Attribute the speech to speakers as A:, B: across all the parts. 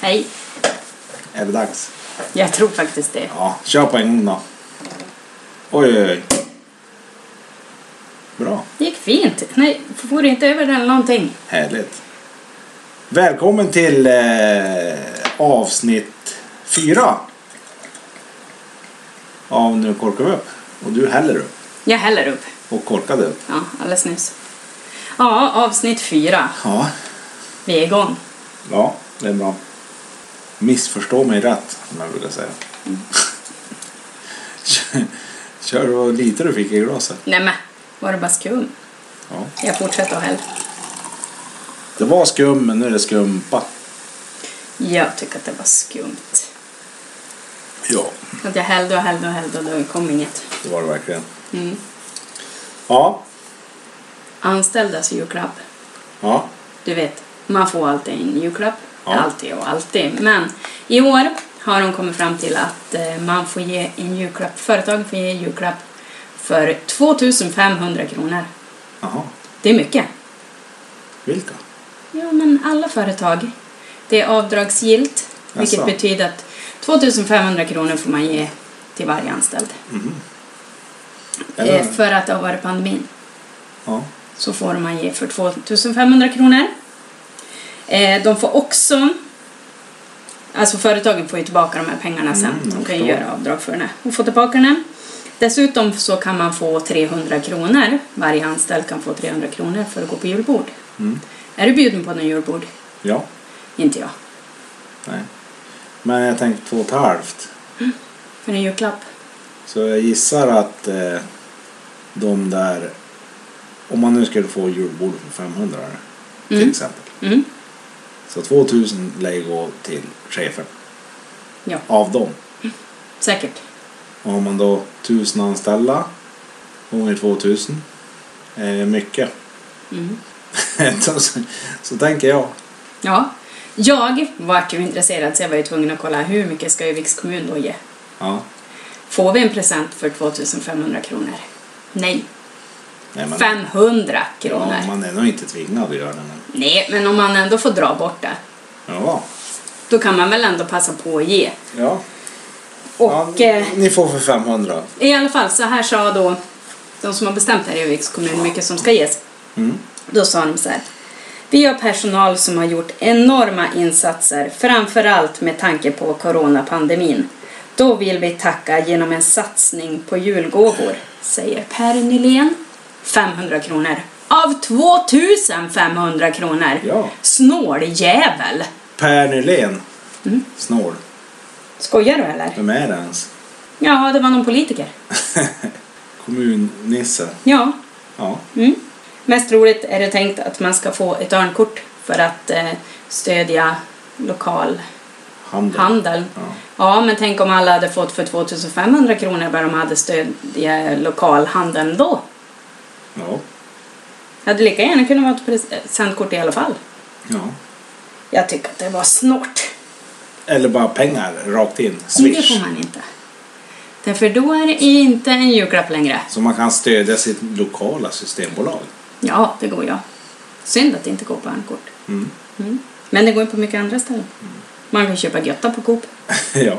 A: Nej,
B: Är det dags?
A: jag tror faktiskt det.
B: Ja, kör på en gång då. Oj, oj, oj. Bra.
A: Det gick fint. Nej, får inte över den någonting.
B: Härligt. Välkommen till eh, avsnitt fyra. Av Nu korkar vi upp. Och du häller upp.
A: Jag häller upp.
B: Och korkade upp.
A: Ja, alldeles nyss. Ja, avsnitt fyra.
B: Ja.
A: Vi är igång.
B: Ja, det är bra. Missförstå mig rätt, som jag brukar säga. Kör- Kör vad lite du fick i glaset.
A: Nej men, var det bara skum?
B: Ja.
A: Jag fortsätter att hälla.
B: Det var skum, men nu är det skumpa.
A: Jag tycker att det var skumt.
B: Ja,
A: Att jag hällde och hällde och hällde och det kom inget.
B: det var det verkligen.
A: Mm.
B: Ja,
A: Anställdas julklapp.
B: ja,
A: Du vet, man får alltid en julklapp.
B: Ja.
A: Alltid och alltid. Men i år har de kommit fram till att eh, man får ge en julklapp. Företagen får ge en julklapp för 2500 kronor.
B: aha.
A: Det är mycket.
B: Vilka?
A: Ja, men alla företag. Det är avdragsgillt, vilket
B: Jaså.
A: betyder att 2500 kronor får man ge till varje anställd.
B: Mhm. Eller,
A: Eh, För att det har varit pandemin
B: ja.
A: så får man ge för 2500 kronor. Eh, De får också... Alltså företagen får ju tillbaka de här pengarna sen.
B: Mm, jag
A: de kan ju
B: förstår.
A: göra avdrag för det och få tillbaka den. Dessutom så kan man få 300 kronor. Varje anställd kan få 300 kronor för att gå på julbord.
B: Mm.
A: Är du bjuden på något julbord?
B: ja,
A: Inte jag.
B: nej. Men jag tänkte två och ett halvt.
A: För en julklapp.
B: Så jag gissar att eh, de där... Om man nu skulle få julbord för 500 till
A: Mm.
B: exempel.
A: Mm.
B: Så 2000 lär ju gå till chefen.
A: Ja,
B: Av dem.
A: säkert.
B: Och har man då 1000 anställda gånger 2000 är eh, mycket.
A: Mm.
B: så, så, så tänker jag.
A: Ja. Jag vart ju intresserad så jag var ju tvungen att kolla hur mycket ska Öviks kommun då ge?
B: Ja.
A: Får vi en present för 2500 kronor? Nej,
B: Nej, men,
A: 500 kronor.
B: ja, man är nog inte tvingad att göra det. Men,
A: Nej, men om man ändå får dra bort det,
B: ja.
A: då kan man väl ändå passa på att ge.
B: Ja. ja,
A: Och eh,
B: ni får för 500.
A: i alla fall, så här sa då de som har bestämt här i Öviks kommun hur mycket som ska ges.
B: Mm.
A: Då sa de så här. Vi har personal som har gjort enorma insatser, framförallt med tanke på coronapandemin. Då vill vi tacka genom en satsning på julgåvor, säger Per Nylén. 500 kronor. Av 2500 kronor!
B: Ja.
A: Snåljävel!
B: Per Nylén.
A: Mm.
B: Snål.
A: Skojar du eller?
B: Vem är det ens?
A: Ja, det var någon politiker.
B: Kommunnisse.
A: Ja.
B: Ja.
A: Mm. Mest roligt är det tänkt att man ska få ett örnkort för att eh, stödja lokal
B: Handel.
A: handeln.
B: Ja.
A: Ja, men tänk om alla hade fått för 2500 kronor bara de hade stöd i eh, lokalhandeln då.
B: Ja.
A: Det hade lika gärna kunnat vara ett presentkort i alla fall.
B: ja.
A: Jag tycker att det var snort.
B: Eller bara pengar rakt in.
A: Men Det
B: Swish.
A: får man inte. Därför då är det inte en julklapp längre.
B: Så man kan stödja sitt lokala systembolag.
A: Ja, det går jag. Synd att det inte går på örnkort.
B: Mm.
A: Mm. Men det går ju på mycket andra ställen. Man kan köpa götta på Coop.
B: ja.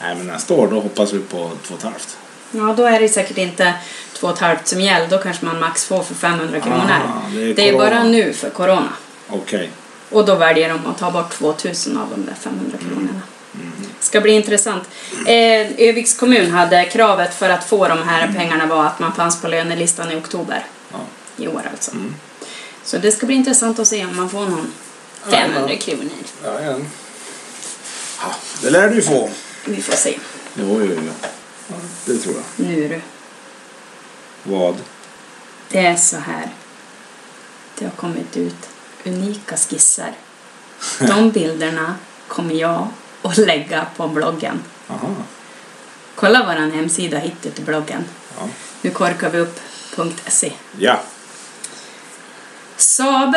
B: Nej men nästa år då hoppas vi på två och ett halvt.
A: Ja, då är det säkert inte två och ett halvt som gäller. Då kanske man max får för 500 kronor.
B: Ah, det är
A: det är
B: corona.
A: bara nu för corona.
B: Okej.
A: Och då väljer de att ta bort 2000 av de där 500
B: Mm.
A: kronorna. Ska bli intressant. Eh, Öviks kommun hade kravet för att få de här pengarna var att man fanns på lönelistan i oktober
B: Mm. Ja. Mm.
A: i år alltså. Så det ska bli intressant att se om man får någon 500 kronor.
B: Ja, ja. Ja, det lär du ju få.
A: Vi får se.
B: Jo, jo, jo. Ja, det tror jag.
A: Nu du.
B: Vad?
A: Det är så här. Det har kommit ut unika skisser. De bilderna kommer jag att lägga på bloggen.
B: Aha.
A: Kolla vår hemsida hittar till bloggen.
B: Ja.
A: Nu korkar vi upp.se.
B: ja.
A: E. Saab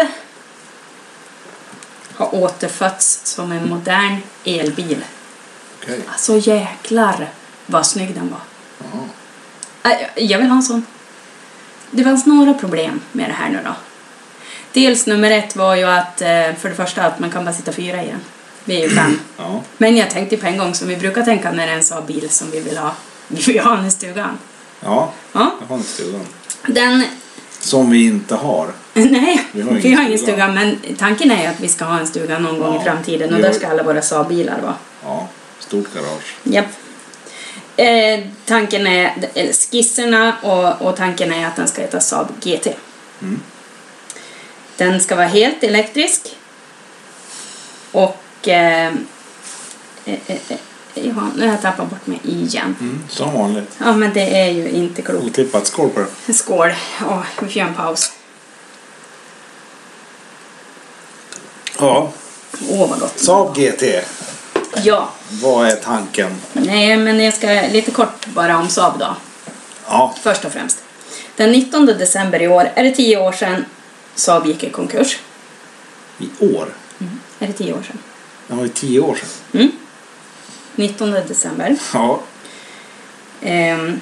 A: har återfötts som en modern elbil.
B: Okej.
A: Alltså jäklar vad snygg den var.
B: Jaha.
A: Äh, jag- Jag vill ha en sån. Det fanns några problem med det här nu då. Dels nummer ett var ju att eh, för det första att man kan bara sitta fyra i den. Vi är ju fem.
B: Ja.
A: Men jag tänkte på en gång som vi brukar tänka när det är en sån här bil som vi vill ha. Vi vill ha den i stugan.
B: Ja,
A: Ja.
B: jag har en stugan.
A: Den,
B: Som vi inte har.
A: nej,
B: Vi har ingen
A: vi har ingen
B: stuga.
A: stuga men tanken är ju att vi ska ha en stuga någon gång
B: Ja.
A: i framtiden och
B: Vi
A: där
B: har-
A: ska alla våra Saab-bilar vara.
B: Ja, stort garage.
A: Japp. Eh, tanken är, eller skisserna och, och tanken är att den ska heta Saab GT.
B: Mm.
A: Den ska vara helt elektrisk. Och... Eh, eh, eh, eh, ja, nu har jag tappat bort mig igen.
B: Mm, som vanligt.
A: Ja, men det är ju inte klokt.
B: Otippat. Skål på det.
A: Skål. Åh, vi får göra en paus.
B: Ja,
A: Åh, vad gott.
B: Saab GT.
A: Ja.
B: Vad är tanken?
A: Nej, men jag ska lite kort bara om Saab då.
B: Ja,
A: Först och främst. Den 19 december i år är det tio år sedan Saab gick i konkurs.
B: i år.
A: Är det tio år sedan?
B: Det var ju tio år sedan.
A: Mm. 19 december.
B: Ja.
A: Ehm,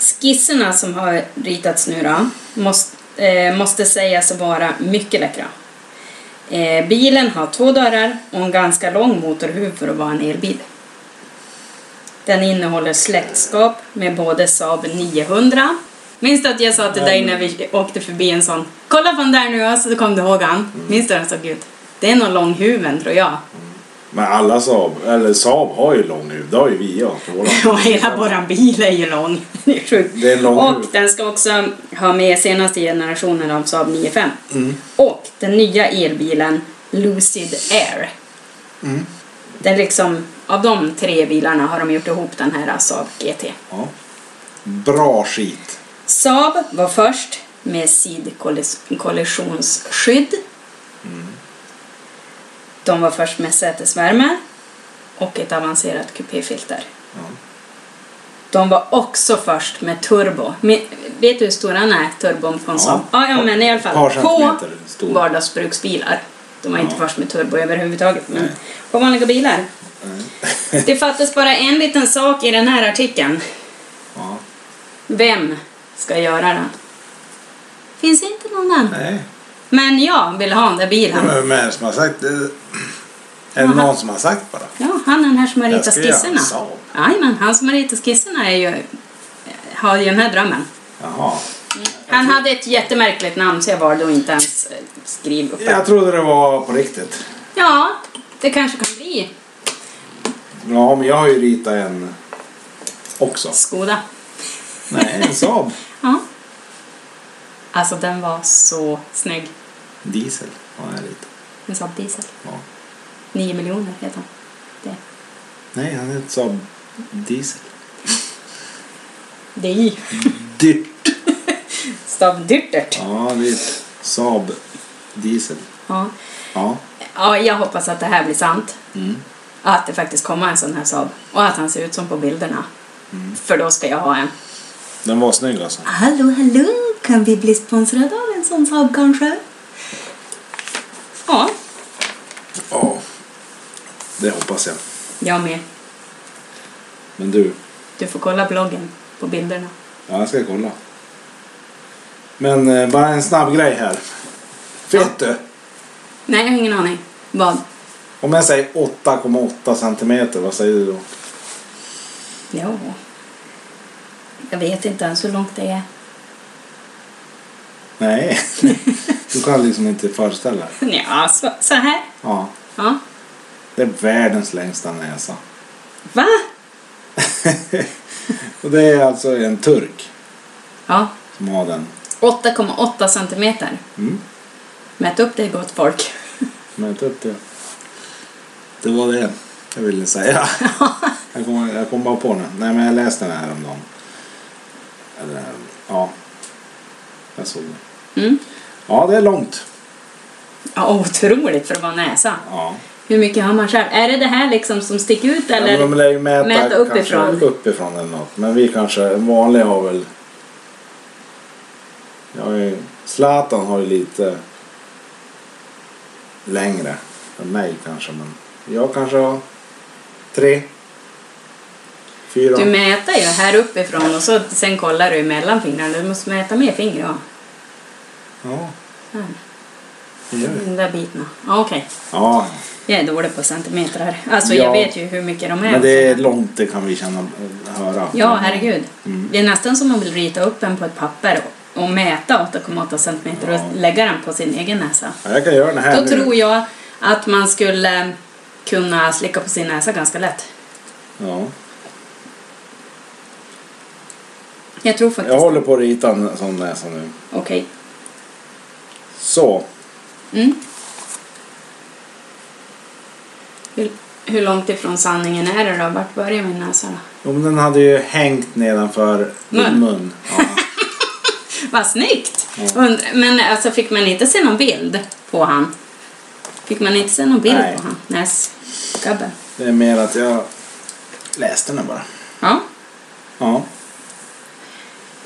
A: skisserna som har ritats nu då, måste, eh, måste sägas vara mycket läckra. Eh, bilen har två dörrar och en ganska lång motorhuv för att vara en elbil. Den innehåller släktskap med både Saab 900. Minns du att jag sa till dig när vi åkte förbi en sån? Kolla på den där nu, så kom du ihåg han. Minns du hur den såg ut? Det är någon lång huven tror jag.
B: Men alla Saab, eller Saab har ju lång nu. Det har ju vi ja.
A: Och hela våran bil är ju lång. Det är sjukt.
B: Det är en lång
A: och
B: huvud.
A: den ska också ha med senaste generationen av Saab 9.5.
B: Mm.
A: Och den nya elbilen Lucid Air.
B: Mm.
A: Den liksom, av de tre bilarna har de gjort ihop den här Saab GT.
B: Ja. Bra skit.
A: Saab var först med sidkollisionsskydd.
B: Mm.
A: De var först med sätesvärme och ett avancerat kupéfilter.
B: Ja.
A: De var också först med turbo. Men, vet du hur stor den är, turbon från Saab? Ja, ja, men i alla
B: Ett par
A: fall på
B: centimeter stor.
A: vardagsbruksbilar. De var inte
B: Ja.
A: först med turbo överhuvudtaget, men
B: Nej.
A: på vanliga bilar. Det fattas bara en liten sak i den här artikeln.
B: Ja.
A: Vem ska göra den? Finns inte någon än.
B: Nej.
A: Men jag vill ha den där bilen.
B: Men vem är det som har sagt det? Är det någon som har sagt bara?
A: Ja, han är den här som har
B: Jag
A: ritat
B: ska göra en
A: skisserna.
B: Saab.
A: Jajamän, han som har ritat skisserna är ju, har ju den här drömmen.
B: Jaha.
A: Han hade ett jättemärkligt namn så jag valde att inte ens eh, skriva upp det.
B: Jag trodde det var på riktigt.
A: Ja, det kanske kan bli
B: Ja, men jag har ju ritat en också.
A: Skoda.
B: Nej, en Saab.
A: Ja. Alltså den var så snygg.
B: Diesel har jag ritat.
A: En Saab Diesel.
B: Ja.
A: 9 miljoner heter han. Det.
B: Nej, han heter Saab Diesel.
A: Det är i.
B: Dyrt.
A: Saab Dyrtert.
B: Ja, det är ett Saab Diesel.
A: Ja.
B: Ja.
A: ja, jag hoppas att det här blir sant.
B: Mm.
A: Att det faktiskt kommer en sån här Saab. Och att han ser ut som på bilderna.
B: Mm.
A: För då ska jag ha en.
B: Den var snygg alltså.
A: Hallå, hallå! Kan vi bli sponsrade av en sån Saab kanske? Ja,
B: Ja. Det hoppas jag.
A: jag med.
B: Men du,
A: Du får kolla bloggen på bilderna.
B: Ja, jag ska kolla. Men eh, bara en snabb grej här. Vet du?
A: Nej, jag har ingen aning. Vad?
B: Om jag säger 8,8 centimeter, vad säger du då?
A: Ja. Jag vet inte ens hur långt det är.
B: Nej, du kan liksom inte föreställa dig.
A: Ja, så, så här.
B: Ja,
A: Ja.
B: det är världens längsta näsa.
A: Va?
B: Och det är alltså en turk
A: Ja.
B: som har den.
A: 8,8 centimeter.
B: Mm,
A: Mät upp det gott folk.
B: mät upp det. Det var det jag ville säga. Jag kom, jag kom bara på den. Nej, men jag läste den här om dagen. Eller, ja. Jag såg den.
A: Mm.
B: Ja, det är långt.
A: Ja, otroligt för att vara näsa.
B: Ja.
A: Hur mycket har man själv? Är det det här liksom som sticker ut eller?
B: ja, men de lär ju mäta,
A: mäta uppifrån.
B: Kanske uppifrån eller något. Men vi kanske, en vanlig har väl... Jag har ju, Zlatan har ju lite längre än mig kanske. Men jag kanske har tre, fyra.
A: Du mäter ju här uppifrån och så sen kollar du mellan fingrarna. Du måste mäta med fingrar.
B: ja.
A: Mm.
B: Det gör vi.
A: Den där biten. Ja, Okej.
B: Ja,
A: Jag är dålig på centimeter. Alltså
B: Ja.
A: jag vet ju hur mycket de är.
B: men det är långt det kan vi känna höra.
A: alltså. Ja, herregud.
B: Mm.
A: Det är nästan som man vill rita upp en på ett papper och- och mäta 8,8 centimeter
B: Ja.
A: och lägga den på sin egen näsa.
B: Ja, jag kan göra den här
A: Då
B: nu.
A: tror jag att man skulle kunna slicka på sin näsa ganska lätt.
B: Ja.
A: Jag tror faktiskt
B: Jag håller på att rita en sån näsa nu.
A: Okej.
B: Så.
A: Mm. Hur, hur långt ifrån sanningen är det då? Vart börjar min näsa då?
B: Jo, men den hade ju hängt nedanför
A: Mun.
B: min mun. Ja.
A: Vad snyggt!
B: Ja.
A: Und- Men alltså fick man inte se någon bild på han? Fick man inte se någon bild
B: Nej.
A: på han? Näsgubben?
B: Det är mer att jag läste den bara.
A: Ja.
B: Ja.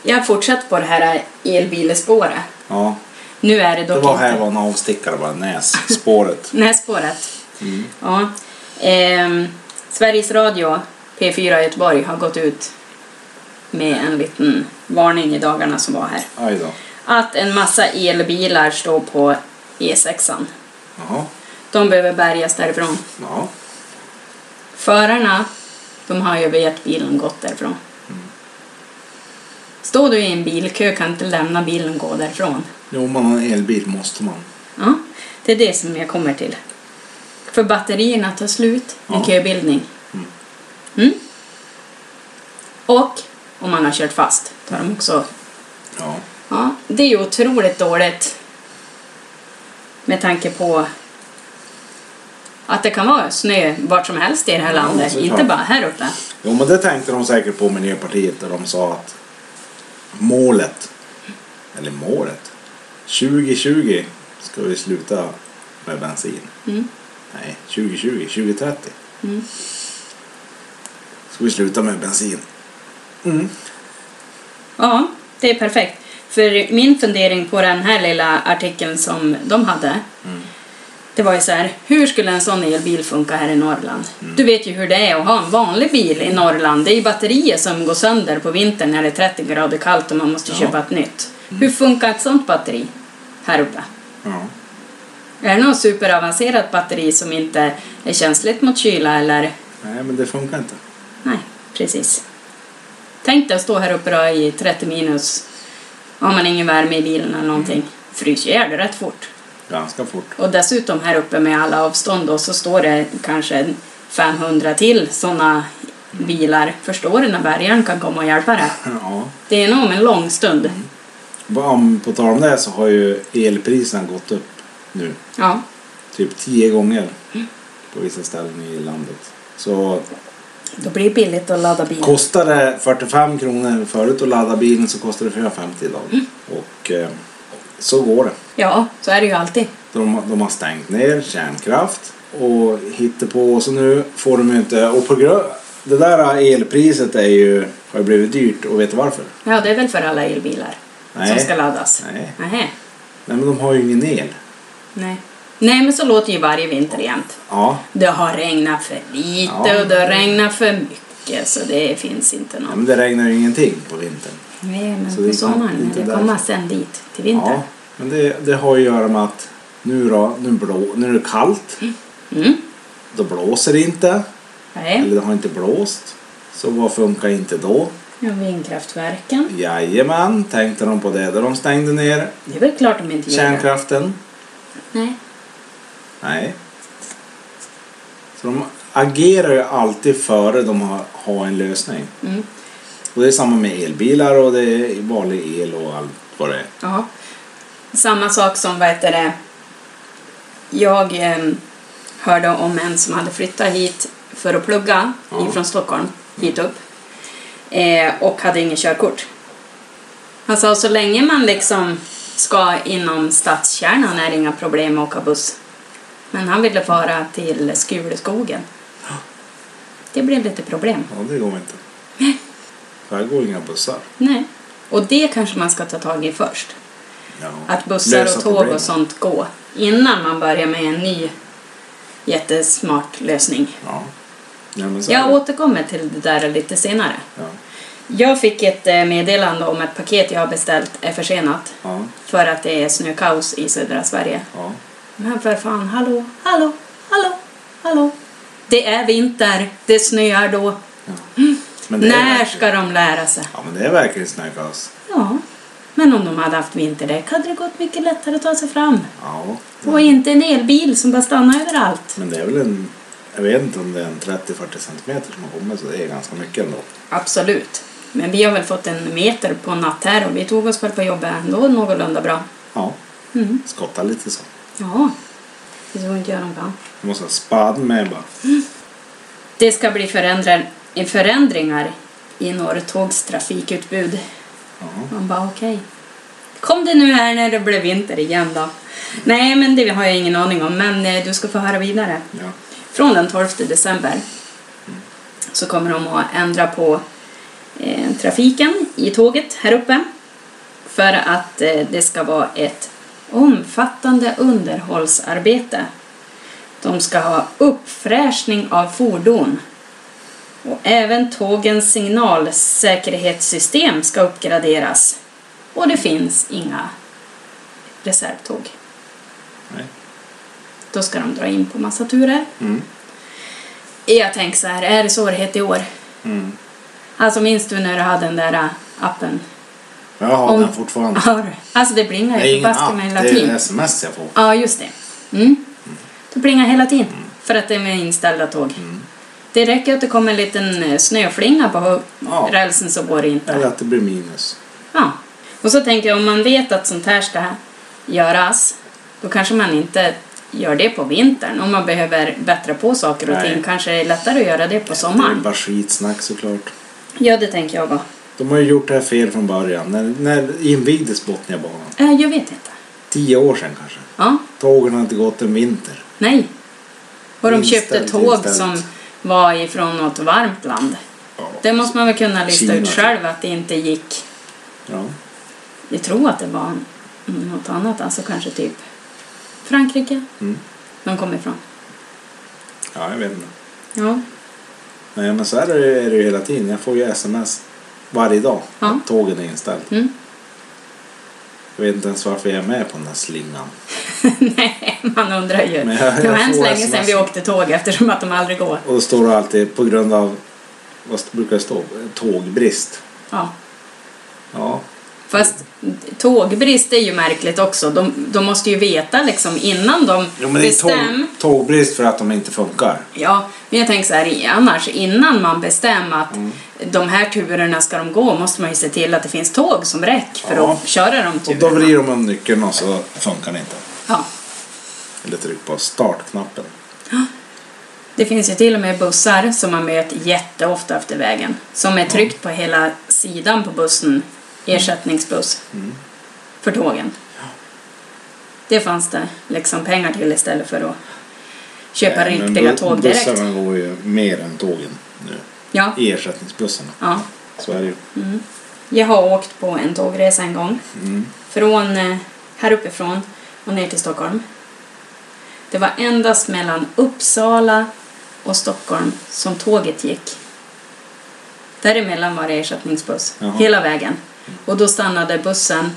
A: Jag har fortsatt på det här elbilspåret.
B: ja.
A: Nu är det dock
B: Det var
A: inte...
B: här var en avstickare bara, nässpåret.
A: Nässpåret.
B: Mm.
A: Ja. Ehm, Sveriges Radio, P4 Göteborg, har gått ut med en liten varning i dagarna som var här.
B: Aj då.
A: Att en massa elbilar står på E6an.
B: Jaha.
A: De behöver bärgas därifrån.
B: Ja.
A: Förarna, de har ju övergett bilen och gått därifrån. Står du i en bilkö kan du inte lämna bilen och gå därifrån.
B: Jo, om man har en elbil måste man.
A: Ja, det är det som jag kommer till. För batterierna tar slut i
B: Ja.
A: köbildning. Mm. Och om man har kört fast tar de också...
B: Ja.
A: Ja, det är ju otroligt dåligt med tanke på att det kan vara snö vart som helst i det här
B: Ja,
A: landet,
B: såklart.
A: inte bara här uppe.
B: Jo, men det tänkte de säkert på Miljöpartiet där de sa att målet, eller målet, 2020 ska vi sluta med bensin.
A: Mm.
B: Nej, 2020, 2030
A: Mm.
B: ska vi sluta med bensin. Mm.
A: Ja, det är perfekt. För min fundering på den här lilla artikeln som de hade,
B: Mm.
A: det var ju så här, hur skulle en sån elbil funka här i Norrland?
B: Mm.
A: Du vet ju hur det är att ha en vanlig bil i Norrland. Det är ju batterier som går sönder på vintern när det är 30 grader kallt och man måste
B: Ja. Mm.
A: köpa ett nytt. Hur funkar ett sånt batteri här uppe?
B: Ja.
A: Är det något superavancerat batteri som inte är känsligt mot kyla eller?
B: Nej, men det funkar inte.
A: Nej, precis. Tänk dig att stå här uppe då i 30 minus. Har man ingen värme i bilen eller någonting. Frys ihjäl rätt fort.
B: Ganska fort.
A: Och dessutom här uppe med alla avstånd då, så står det kanske 500 till sådana bilar. Förstår du när bärgaren kan komma och hjälpa dig?
B: Ja.
A: Det är nog om en lång stund.
B: Bara om- På tal om det så har ju elpriserna gått upp nu.
A: Ja.
B: Typ tio gånger på vissa ställen i landet. Så
A: Då blir det billigt att ladda bil.
B: Kostar det 45 kronor förut att ladda bilen så kostar det 450
A: Mm.
B: idag. Och eh, så går det.
A: Ja, så är det ju alltid.
B: De, de har stängt ner kärnkraft och hittar på och så nu får de ju inte... Och på grund, det där elpriset är ju, har ju blivit dyrt och vet du varför?
A: Ja, det är väl för alla elbilar som
B: Nej.
A: ska laddas?
B: Nej.
A: Nej.
B: Nej men de har ju ingen el.
A: Nej. Nej, men så låter ju varje vinter jämt.
B: Ja,
A: Det har regnat för lite
B: Ja.
A: och det har regnat för mycket så det finns inte
B: ja,
A: någon.
B: men det regnar ju ingenting på vintern.
A: Nej, men
B: Så
A: på
B: det är
A: sommaren,
B: inte
A: men det
B: därför.
A: kommer sen dit till vintern.
B: Ja, men det, det har ju att göra med att nu då, nu, blå, nu är det kallt.
A: Mm.
B: Då blåser det inte.
A: Nej.
B: Eller det har inte blåst. Så vad funkar inte då?
A: Ja, vindkraftverken.
B: Jajamän, tänkte de på det då de stängde ner
A: Det är väl klart de inte gör det.
B: kärnkraften?
A: Nej.
B: Nej. Så de agerar ju alltid före de har, har en lösning.
A: Mm.
B: Och det är samma med elbilar och det är vanlig el och allt vad det är.
A: Ja. Samma sak som, vad heter det, jag eh, hörde om en som hade flyttat hit för att plugga
B: Ja.
A: ifrån Stockholm hit upp eh, och hade ingen körkort. Han sa så länge man liksom ska inom stadskärnan är det inga problem att åka buss. Men han ville fara till Skuleskogen. Det blev lite problem.
B: Ja, det går inte. Här går inga bussar.
A: Nej. Och det kanske man ska ta tag i först.
B: Ja.
A: Att bussar
B: Lösa
A: och tåg
B: problemen.
A: och sånt går innan man börjar med en ny jättesmart lösning.
B: Ja. Ja, men så är
A: Jag
B: det.
A: återkommer till det där lite senare.
B: ja.
A: Jag fick ett eh, meddelande om att paket jag har beställt är försenat
B: Ja.
A: för att det är snökaos i södra Sverige.
B: Ja.
A: Men för fan, hallå, hallå, hallå, hallå. Det är vinter, det snöar då.
B: Ja. Men det är
A: Mm. När
B: verkligen-
A: ska de lära sig?
B: Ja, men det är verkligen snökaos.
A: Ja, men om de hade haft vinterdäck hade det gått mycket lättare att ta sig fram.
B: Ja.
A: Och inte en elbil som bara stannar överallt.
B: Men det är väl en... Jag vet inte om det är en 30-40 centimeter som har kommit, så det är ganska mycket ändå.
A: Absolut. Men vi har väl fått en meter på en natt här och vi tog oss väl på jobbet ändå någorlunda bra.
B: Ja,
A: Mm.
B: skotta lite så.
A: Ja, det tror inte jag de kan.
B: Jag måste ha spaden med bara.
A: Det ska bli förändrar- förändringar i Norrtågs trafikutbud.
B: Ja.
A: Man bara okej. Kom det nu här när det blev vinter igen då? Nej, men det har jag ingen aning om, men eh, du ska få höra vidare.
B: ja.
A: Från den 12 december så kommer de att ändra på eh, trafiken i tåget här uppe för att eh, det ska vara ett omfattande underhållsarbete. De ska ha uppfräschning av fordon och även tågens signalsäkerhetssystem ska uppgraderas och det finns inga reservtåg.
B: Nej.
A: Då ska de dra in på massa turer
B: Mm.
A: jag tänker så här, är det så det hette i år?
B: Mm.
A: Alltså minns du när du hade den där äh, appen?
B: Jag har
A: Om-
B: den fortfarande.
A: Har du? Alltså det plingar
B: Det är
A: ju
B: ingen
A: förbaske mig
B: app,
A: hela
B: det är
A: tiden.
B: sms jag får.
A: Ja, just det. Mm. Det plingar hela tiden.
B: Mm.
A: För att det är med inställda tåg. Det räcker att det kommer en liten eh, snöflinga på
B: Ja.
A: rälsen så går det inte.
B: Eller att det blir minus.
A: Ja. Och så tänker jag om man vet att sånt här ska göras, då kanske man inte gör det på vintern. Om man behöver bättra på saker och
B: Nej.
A: ting kanske det är lättare att göra det på
B: Det är ju
A: sommaren.
B: bara skitsnack såklart.
A: Ja, det tänker jag va.
B: De har ju gjort det här fel från början. När, när invigdes Botniabanan?
A: Äh, jag vet inte.
B: Tio år sedan kanske.
A: Ja,
B: Tågen har inte gått en vinter.
A: nej. Och de
B: Inställt,
A: köpte tåg
B: inställt.
A: som var ifrån något varmt land.
B: Ja.
A: Det måste man väl kunna lista
B: Kina,
A: ut
B: typ.
A: själv att det inte gick.
B: Ja.
A: Jag tror att det var mm, något annat, alltså kanske typ Frankrike
B: Mm.
A: de kom ifrån.
B: ja, jag vet inte.
A: Ja,
B: Nej, men så här är det, är det ju hela tiden. Jag får ju sms varje dag
A: Ja.
B: att tågen är inställt.
A: Mm.
B: Jag vet inte ens varför jag är med på den här slingan.
A: nej, man undrar ju.
B: Men jag-
A: det var
B: jag
A: hemskt
B: får
A: länge sedan
B: sms.
A: vi åkte tåg eftersom att de aldrig går.
B: Och då står det alltid på grund av, vad brukar det stå? Tågbrist.
A: Ja.
B: Ja,
A: Fast tågbrist är ju märkligt också. De, de måste ju veta liksom innan de
B: Jo, men det är tåg, tågbrist för att de inte funkar.
A: Ja, men jag tänker så här annars, innan man bestämmer att
B: Mm.
A: de här turerna ska de gå måste man ju se till att det finns tåg som räcker för
B: Ja.
A: att köra de
B: Och
A: turerna.
B: då vrider de om nyckeln och så funkar det inte.
A: Ja,
B: Eller tryck på startknappen.
A: det finns ju till och med bussar som man möter jätteofta efter vägen som är tryckt på hela sidan på bussen, ersättningsbuss, för tågen. Det fanns det liksom pengar till istället för att köpa
B: Nej, men
A: riktiga
B: bu-
A: tåg direkt.
B: Bussarna går ju mer än tågen nu.
A: Ja,
B: Ersättningsbussarna.
A: ja.
B: Så är det ju.
A: Jag har åkt på en tågresa en gång.
B: Mm.
A: Från eh, här uppifrån och ner till Stockholm. Det var endast mellan Uppsala och Stockholm som tåget gick. Däremellan var det ersättningsbuss
B: Jaha.
A: hela vägen. Och då stannade bussen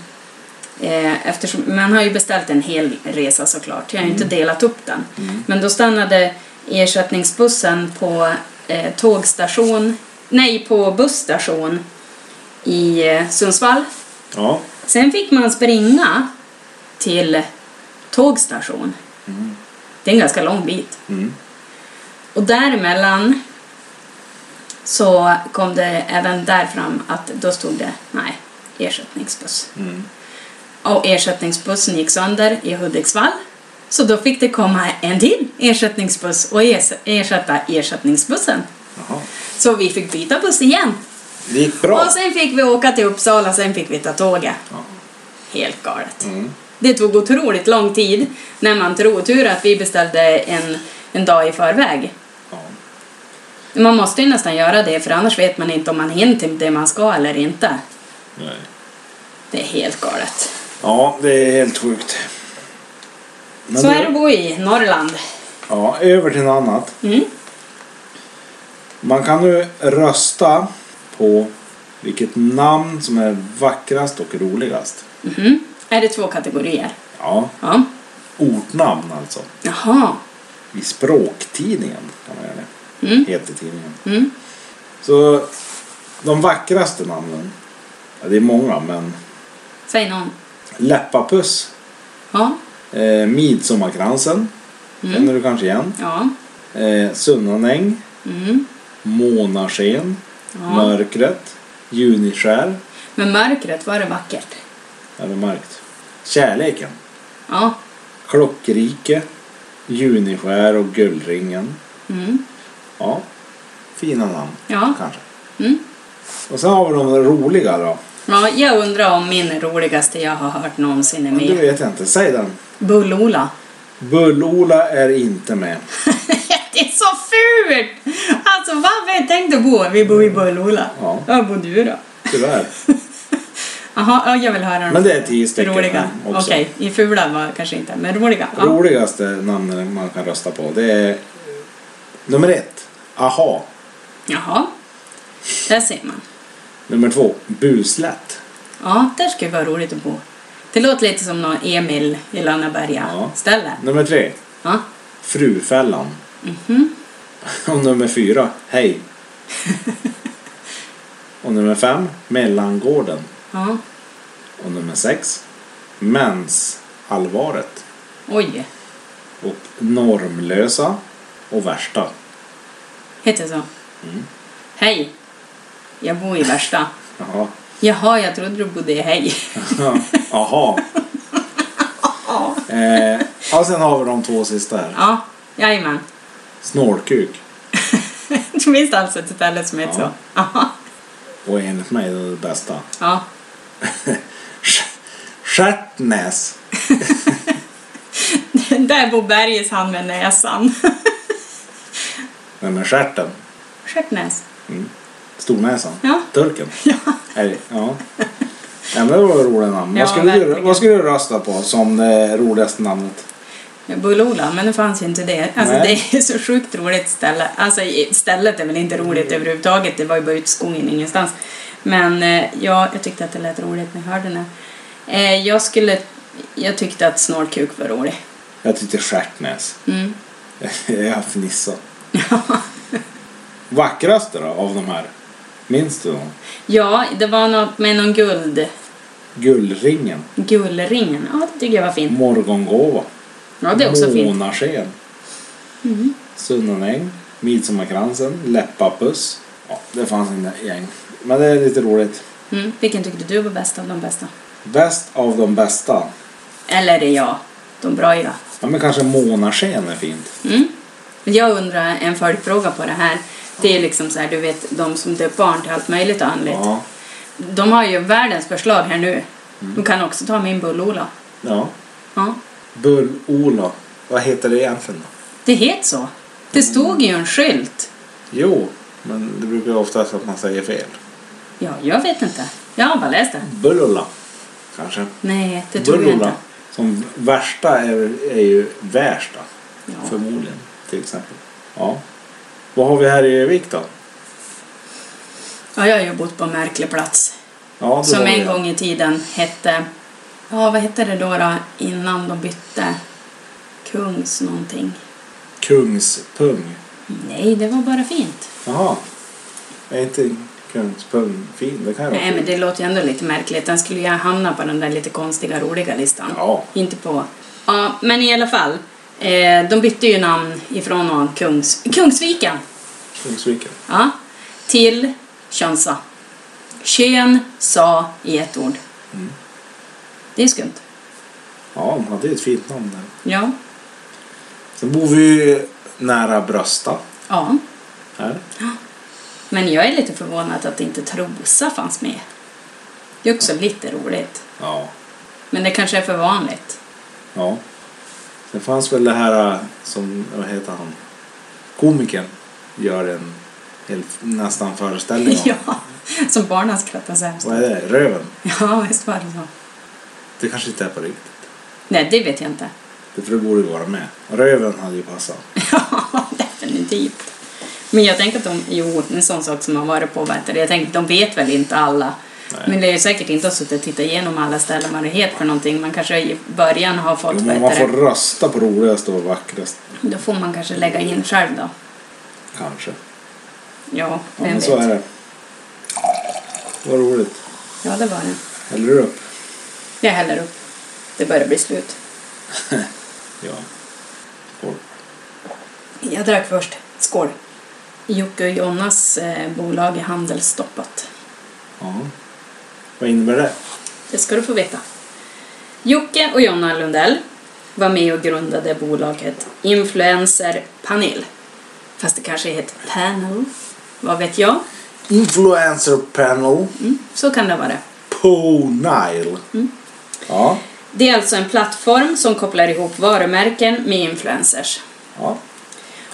A: eh, eftersom man har ju beställt en hel resa såklart. Jag har ju inte delat upp den. Men då stannade ersättningsbussen på eh, tågstation, nej på busstation i eh, Sundsvall.
B: Ja.
A: Sen fick man springa till tågstation. Det är en ganska lång bit.
B: Mm.
A: Och däremellan så kom det även där fram att då stod det nej, ersättningsbuss.
B: Mm.
A: Och ersättningsbussen gick sönder i Hudiksvall. Så då fick det komma en till ersättningsbuss och es- ersätta ersättningsbussen.
B: Jaha.
A: Så vi fick byta buss igen.
B: Det gick bra.
A: Och sen fick vi åka till Uppsala, sen fick vi ta tåget.
B: Ja.
A: Helt galet.
B: Mm.
A: Det tog otroligt lång tid när man tror tur att vi beställde en, en dag i förväg.
B: Ja.
A: Man måste ju nästan göra det för annars vet man inte om man hinner till det man ska eller inte.
B: Nej.
A: Det är helt galet.
B: ja, det är helt sjukt. Men
A: Så
B: du-
A: är det att bo i Norrland.
B: Ja, över till något annat.
A: Mm.
B: Man kan nu rösta på vilket namn som är vackrast och roligast.
A: Mhm. Är det två kategorier?
B: Ja,
A: Ja.
B: ortnamn alltså.
A: Jaha.
B: I Språktidningen kan man göra det.
A: Mm.
B: Heter tidningen.
A: Mm.
B: Så de vackraste namnen. Ja, det är många men.
A: Säg någon.
B: Läppapuss.
A: Ja.
B: Eh, Midsommarkransen.
A: Mm.
B: Känner du kanske igen.
A: Ja.
B: Eh, Sunnanäng.
A: Mm.
B: Månarsken.
A: Ja.
B: Mörkret. Juniskär.
A: Men mörkret, var det vackert?
B: Är det mörkt? Kärleken.
A: Ja.
B: Klockrike. Juniskär och Guldringen.
A: Mm.
B: Ja, fina namn
A: Ja.
B: kanske.
A: Mm.
B: Och sen har vi de roliga då.
A: ja. Jag undrar om min roligaste jag har hört någonsin är
B: Men det
A: med.
B: vet jag inte. Säg den.
A: Bull-Ola.
B: Bull-Ola är inte med.
A: det är så fult! Alltså vad vi tänkte gå? Vi bor i Bull-Ola.
B: Ja.
A: Var bor du då?
B: Tyvärr.
A: Jaha, ja, jag vill höra de
B: Men det är tio stycken
A: roliga.
B: också.
A: Okej, i fula var kanske inte, men roliga. Ja.
B: Roligaste namnen man kan rösta på det är nummer ett. Aha.
A: Jaha. Där ser man.
B: Nummer två. Buslätt.
A: Ja, där skulle det vara roligt att bo. Det låter lite som någon Emil i
B: Ja.
A: Lönneberga-ställe.
B: Nummer tre.
A: Ja.
B: Frufällan. Och nummer fyra. Hej. Och nummer fem. Mellangården.
A: ja.
B: Och nummer sex. Mensallvaret.
A: Oj.
B: Och normlösa. Och värsta.
A: Heter det så?
B: Mm.
A: Hej. Jag bor i Värsta.
B: Jaha.
A: Jaha, jag trodde du bodde i Hej.
B: Jaha. eh, och sen har vi de två sista här.
A: Ja, jajamän.
B: Snålkuk.
A: Det finns alltså ett ställe som heter
B: Ja.
A: så. Jaha.
B: Och enligt mig är det det bästa.
A: Ja.
B: Sch- Stjärtnäs.
A: Där bor Berges han med näsan.
B: Nej men stjärten.
A: Stjärtnäs.
B: Stornäsan.
A: Ja.
B: Turken. Ja. Nej, ja. Nej, men det var roliga namn.
A: Ja,
B: vad, skulle du,
A: verkligen.
B: vad skulle du rösta på som det roligaste namnet?
A: Bull-Ola, men det fanns ju inte det. Alltså
B: Nej.
A: det är ju så sjukt roligt ställe. Alltså i- stället är väl inte roligt
B: Mm.
A: överhuvudtaget, det var ju bara ut i skogen ingenstans. Men eh, ja, jag tyckte att det lät roligt när jag hörde den. här. Eh, jag skulle, jag tyckte att Snorkuk var rolig.
B: Jag tyckte stjärtnäs.
A: Mm.
B: Jag fnissade. Vackraste då av de här? Minns du dem?
A: Ja, det var något med någon guld,
B: Guldringen.
A: guldringen. Ja, det tycker jag var fint.
B: Morgongåva.
A: Ja, det är också fint. Mm.
B: Månarsken. Sunnanäng. Midsommarkransen. Läppapuss. Ja, det fanns en gäng. Men det är lite roligt.
A: Mm. Vilken tyckte du var bäst av de bästa?
B: Bäst av de bästa.
A: Eller är jag, de bra jag.
B: Ja, men kanske månarsken är fint.
A: Mm. Jag undrar en följdfråga på det här. Det är liksom så här, du vet, de som döper barn till allt möjligt och andligt.
B: Ja.
A: De har ju världens förslag här nu.
B: Mm.
A: De kan också ta min bull-Ola.
B: ja.
A: Ja,
B: Bull-Ola. Vad heter det egentligen då?
A: det heter så. Det stod ju en skylt.
B: Jo, men det brukar ju oftast att man säger fel.
A: Ja, jag vet inte. Jag har bara läst det.
B: Bull-Ola. Kanske.
A: Nej, det tror jag
B: Bull-Ola.
A: inte.
B: Som värsta är, är ju värsta.
A: Ja.
B: Förmodligen. Till exempel. Ja. Vad har vi här i Övik då?
A: Ja, jag har ju bott på en märklig plats.
B: Ja, det
A: Som
B: har vi
A: en gång i tiden hette... Ja, vad hette det då, då innan de bytte? Kungs någonting.
B: Kungspung.
A: Nej, det var bara fint.
B: Jaha. Är inte Kungspung fin? Det kan ju vara
A: Nej, men
B: fint.
A: det låter ju ändå lite märkligt. Den skulle ju hamna på den där lite konstiga, roliga listan.
B: Ja.
A: Inte på... Ja, men i alla fall. Eh, de bytte ju namn ifrån någon Kungs... Kungsviken!
B: Kungsviken.
A: Ja. Till Könsa. Kön, sa i ett ord. Det är skumt.
B: Ja, de hade ju ett fint namn där.
A: Ja.
B: Sen bor vi ju nära Brösta.
A: Ja.
B: Här.
A: Men jag är lite förvånad att inte Trosa fanns med. Det är också lite roligt.
B: Ja.
A: Men det kanske är för vanligt.
B: Ja. Sen fanns väl det här äh, som, vad heter han? Komikern gör en hel, nästan föreställning om.
A: Ja. Som barnen skrattar sämst.
B: Vad är det? Röven?
A: Ja, visst var det så.
B: Det kanske inte är på riktigt.
A: Nej, det vet jag inte.
B: Det för det borde ju vara med. Röven hade ju passat.
A: Ja, definitivt. Men jag tänker att de, jo, en sån sak som har varit på vad heter det, jag tänker att de vet väl inte alla
B: Nej.
A: Men det är ju säkert inte att sitta och titta igenom alla ställen vad det heter för någonting. Man kanske i början har fått...
B: Jo,
A: vad
B: men
A: heter
B: man får
A: det?
B: rösta på roligast och vackrast.
A: Då får man kanske lägga in själv då.
B: Kanske.
A: Ja,
B: Ja,
A: vem
B: men
A: vet.
B: så är det. Vad roligt.
A: Ja, det var det.
B: Häller du upp?
A: Jag häller upp. Det börjar bli slut.
B: Ja. Skål.
A: Jag drack först. Skål. Jocke och Jonas eh, bolag är handelsstoppat.
B: Ja. Vad innebär det?
A: Det ska du få veta. Jocke och Jonna Lundell var med och grundade bolaget Influencer Panel. Fast det kanske heter Panel. Vad vet jag?
B: Influencer panel
A: Mm, så kan det vara.
B: på Nile.
A: Mm.
B: Ja.
A: Det är alltså en plattform som kopplar ihop varumärken med influencers.
B: Ja.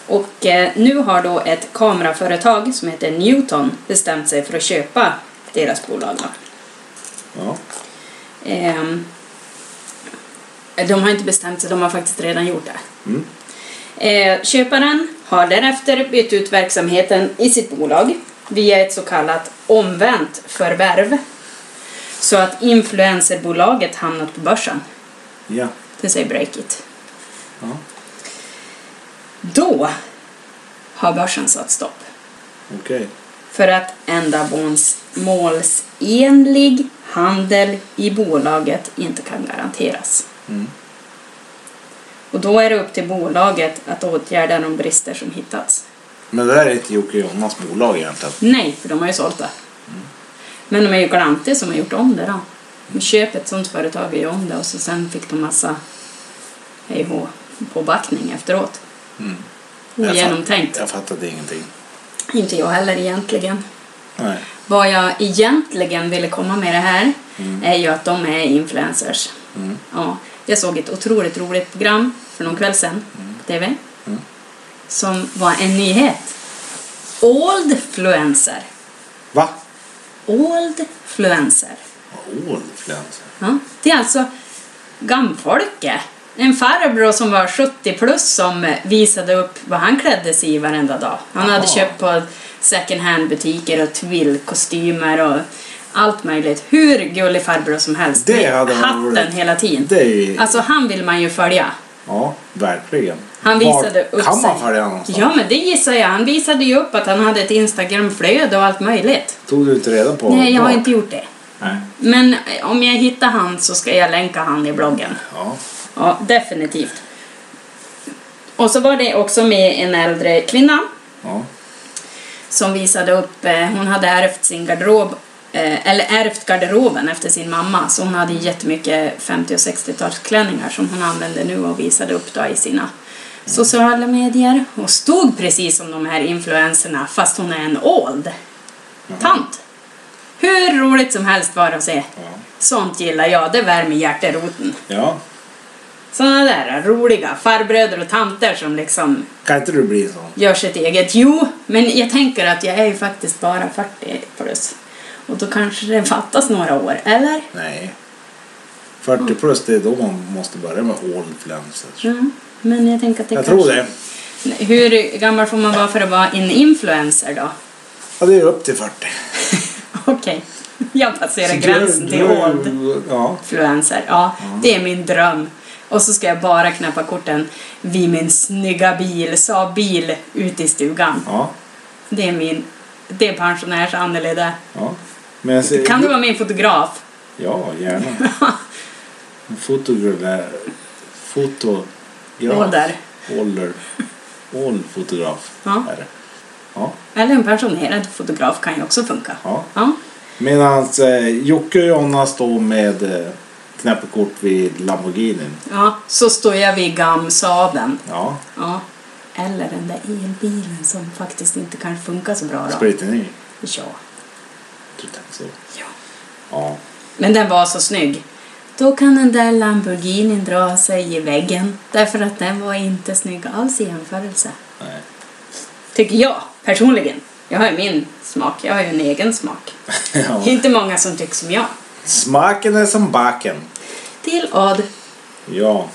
A: Och eh, nu har då ett kameraföretag som heter Newton bestämt sig för att köpa deras bolag. Då.
B: Ja.
A: Ehm, de har inte bestämt sig, de har faktiskt redan gjort det.
B: Mm.
A: Eh, köparen har därefter bytt ut verksamheten i sitt bolag via ett så kallat omvänt förvärv. Så att influencerbolaget hamnat på börsen.
B: Ja.
A: Det säger Breakit.
B: ja.
A: Då har börsen satt stopp.
B: Okej.
A: för att ändamålsenlig handel i bolaget inte kan garanteras.
B: Mm.
A: Och då är det upp till bolaget att åtgärda de brister som hittats.
B: Men det där är inte Jocke och Jonas bolag egentligen.
A: Nej, för de har ju sålt det.
B: Mm.
A: Men de är ju Glante som har gjort om det då. De köper ett sånt företag och gör om det och så sen fick de massa hej och hå på backning efteråt.
B: Mm. Jag fatt-
A: Ogenomtänkt.
B: Jag fattade ingenting.
A: Inte jag heller egentligen.
B: Nej.
A: Vad jag egentligen ville komma med det här är ju att de är influencers.
B: Mm.
A: Ja, jag såg ett otroligt roligt program för någon kväll sedan på TV.
B: Mm.
A: Som var en nyhet. Oldfluencer.
B: Va?
A: Oldfluencer.
B: Åh, influencer.
A: Ja, det är alltså gamfolket. En farbror som var 70 plus som visade upp vad han klädde sig i varenda dag. Han hade
B: Jaha.
A: köpt på second hand-butiker och tvillkostymer och allt möjligt. Hur gullig farbror som helst.
B: Det
A: Med
B: hade varit
A: Hatten
B: roligt.
A: hela tiden.
B: Det är ju...
A: Alltså han vill man ju följa.
B: Ja, verkligen.
A: Han
B: Var
A: visade upp
B: kan man
A: sig.
B: följa någonstans?
A: Ja men det gissar jag. Han visade ju upp att han hade ett Instagramflöde och allt möjligt.
B: Tog du inte reda på?
A: Nej, jag har
B: var?
A: inte gjort det.
B: Nej.
A: Men eh, om jag hittar han så ska jag länka han i bloggen.
B: Ja.
A: Ja, definitivt. Och så var det också med en äldre kvinna
B: Ja.
A: som visade upp, eh, hon hade ärvt sin garderob, eh, eller ärvt garderoben efter sin mamma, så hon hade ju jättemycket 50 och 60-talsklänningar som hon använde nu och visade upp då i sina sociala medier. Och stod precis som de här influenserna fast hon är en old tant. Hur roligt som helst var det att se.
B: Ja.
A: Sånt gillar jag, det värmer hjärteroten.
B: ja.
A: Såna där roliga farbröder och tanter som liksom
B: Kan inte du bli sån?
A: gör sitt eget. Jo, men jag tänker att jag är ju faktiskt bara 40 plus. Och då kanske det fattas några år, eller?
B: Nej. 40 plus, det är då man måste börja med all influencers.
A: Mm. Men jag tänker att det
B: Jag
A: kanske...
B: tror det.
A: Hur gammal får man vara för att vara en influencer då?
B: Ja, det är upp till 40.
A: Okej, jag passerar
B: Så
A: gränsen
B: du-
A: till
B: du-
A: old.
B: Ja.
A: influencer. Ja, det är min dröm. Och så ska jag bara knäppa korten vid min snygga bil, sa bil, ute i stugan.
B: Ja.
A: Det är min... Det är pensionärs Anneli
B: ja. Men jag ser...
A: Kan du vara min fotograf?
B: Ja, gärna. eh, En fotograf... Fotograf.
A: Ålder.
B: Ålder. All fotograf.
A: Ja.
B: Är det. Ja.
A: Eller en pensionerad fotograf kan ju också funka.
B: ja.
A: Ja.
B: Medan eh, Jocke och Jonna står med eh, knäppekort vid Lamborghinin.
A: ja. Så står jag vid gamsaben.
B: Ja,
A: Ja. Eller den där elbilen som faktiskt inte kan funka så bra då.
B: spriten är ju
A: Ja.
B: du tänkte så.
A: ja.
B: Ja,
A: Men den var så snygg. Då kan den där Lamborghinin dra sig i väggen. Därför att den var inte snygg alls i jämförelse.
B: nej.
A: Tycker jag, personligen. Jag har ju min smak. Jag har ju en egen smak.
B: ja.
A: Det är inte många som tycker som jag.
B: Smaken är som baken.
A: Till ad.
B: Ja,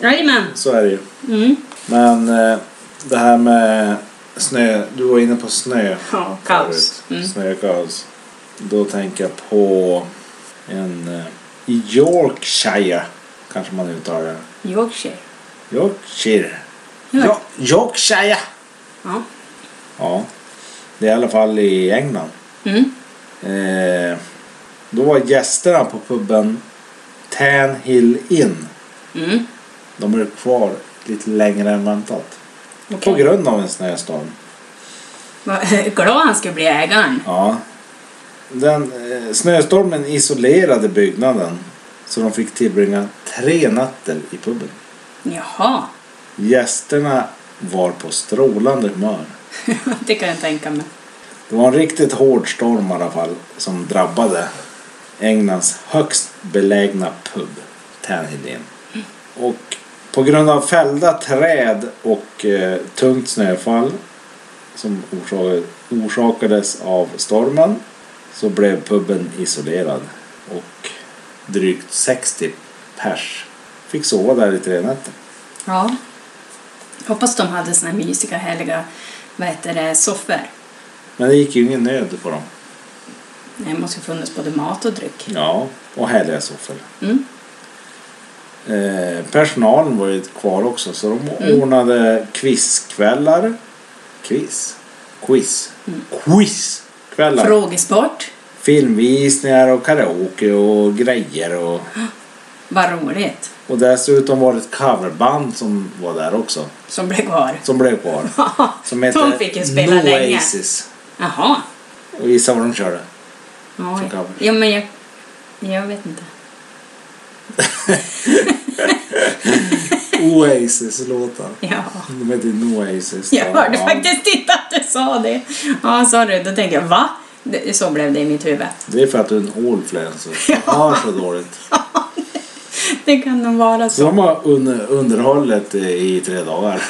A: Jajamän.
B: så är det ju.
A: Mm.
B: Men eh, det här med snö. Du var inne på snö.
A: Ja, kaos.
B: förut.
A: Mm.
B: Snökaos. Då tänker jag på en eh, i Yorkshire. Kanske man uttalar det.
A: Yorkshire.
B: Yorkshire.
A: Ja.
B: Ja, Yorkshire.
A: Ja.
B: Ja. Det är i alla fall i England.
A: Mm.
B: Eh, då var gästerna på puben Tan Hill Inn.
A: Mm.
B: De blev kvar lite längre än väntat.
A: Okej.
B: På grund av en snöstorm.
A: Vad glad han skulle bli ägaren.
B: Ja. Den, eh, snöstormen isolerade byggnaden så de fick tillbringa tre nätter i puben.
A: Jaha.
B: Gästerna var på strålande humör.
A: det kan jag tänka mig.
B: Det var en riktigt hård storm i alla fall som drabbade Englands högst belägna pub, Tanhillin. Och på grund av fällda träd och eh, tungt snöfall som orsa- orsakades av stormen så blev puben isolerad och drygt 60 pers fick sova där i tre nätter.
A: Ja. Hoppas de hade såna här mysiga, härliga, vad heter det, soffor.
B: Men det gick ju ingen nöd på dem.
A: Det måste ju funnits både mat och dryck.
B: Ja, och härliga soffor.
A: Mm.
B: Eh, personalen var ju kvar också så de
A: Mm.
B: ordnade quizkvällar. Quiz? Quiz.
A: Mm.
B: Quizkvällar.
A: Frågesport.
B: Filmvisningar och karaoke och grejer. Och,
A: Vad roligt.
B: och dessutom var det ett coverband som var där också.
A: Som blev kvar.
B: Som blev kvar. Som
A: De fick ju spela länge.
B: Oasis.
A: Jaha.
B: Och gissa vad de körde.
A: Oj.
B: Som cover.
A: Ja, men jag, jag vet inte.
B: Oasis-låtar.
A: Ja.
B: De heter ju Oasis.
A: Jag hörde
B: Ja.
A: faktiskt inte att du sa det. Ja, sorry. Då tänkte jag, va? Det, så blev det i mitt huvud.
B: Det är för att du är en allfluencer. Jag hör så dåligt.
A: Det kan nog vara så.
B: Så de har under, underhållit i tre dagar.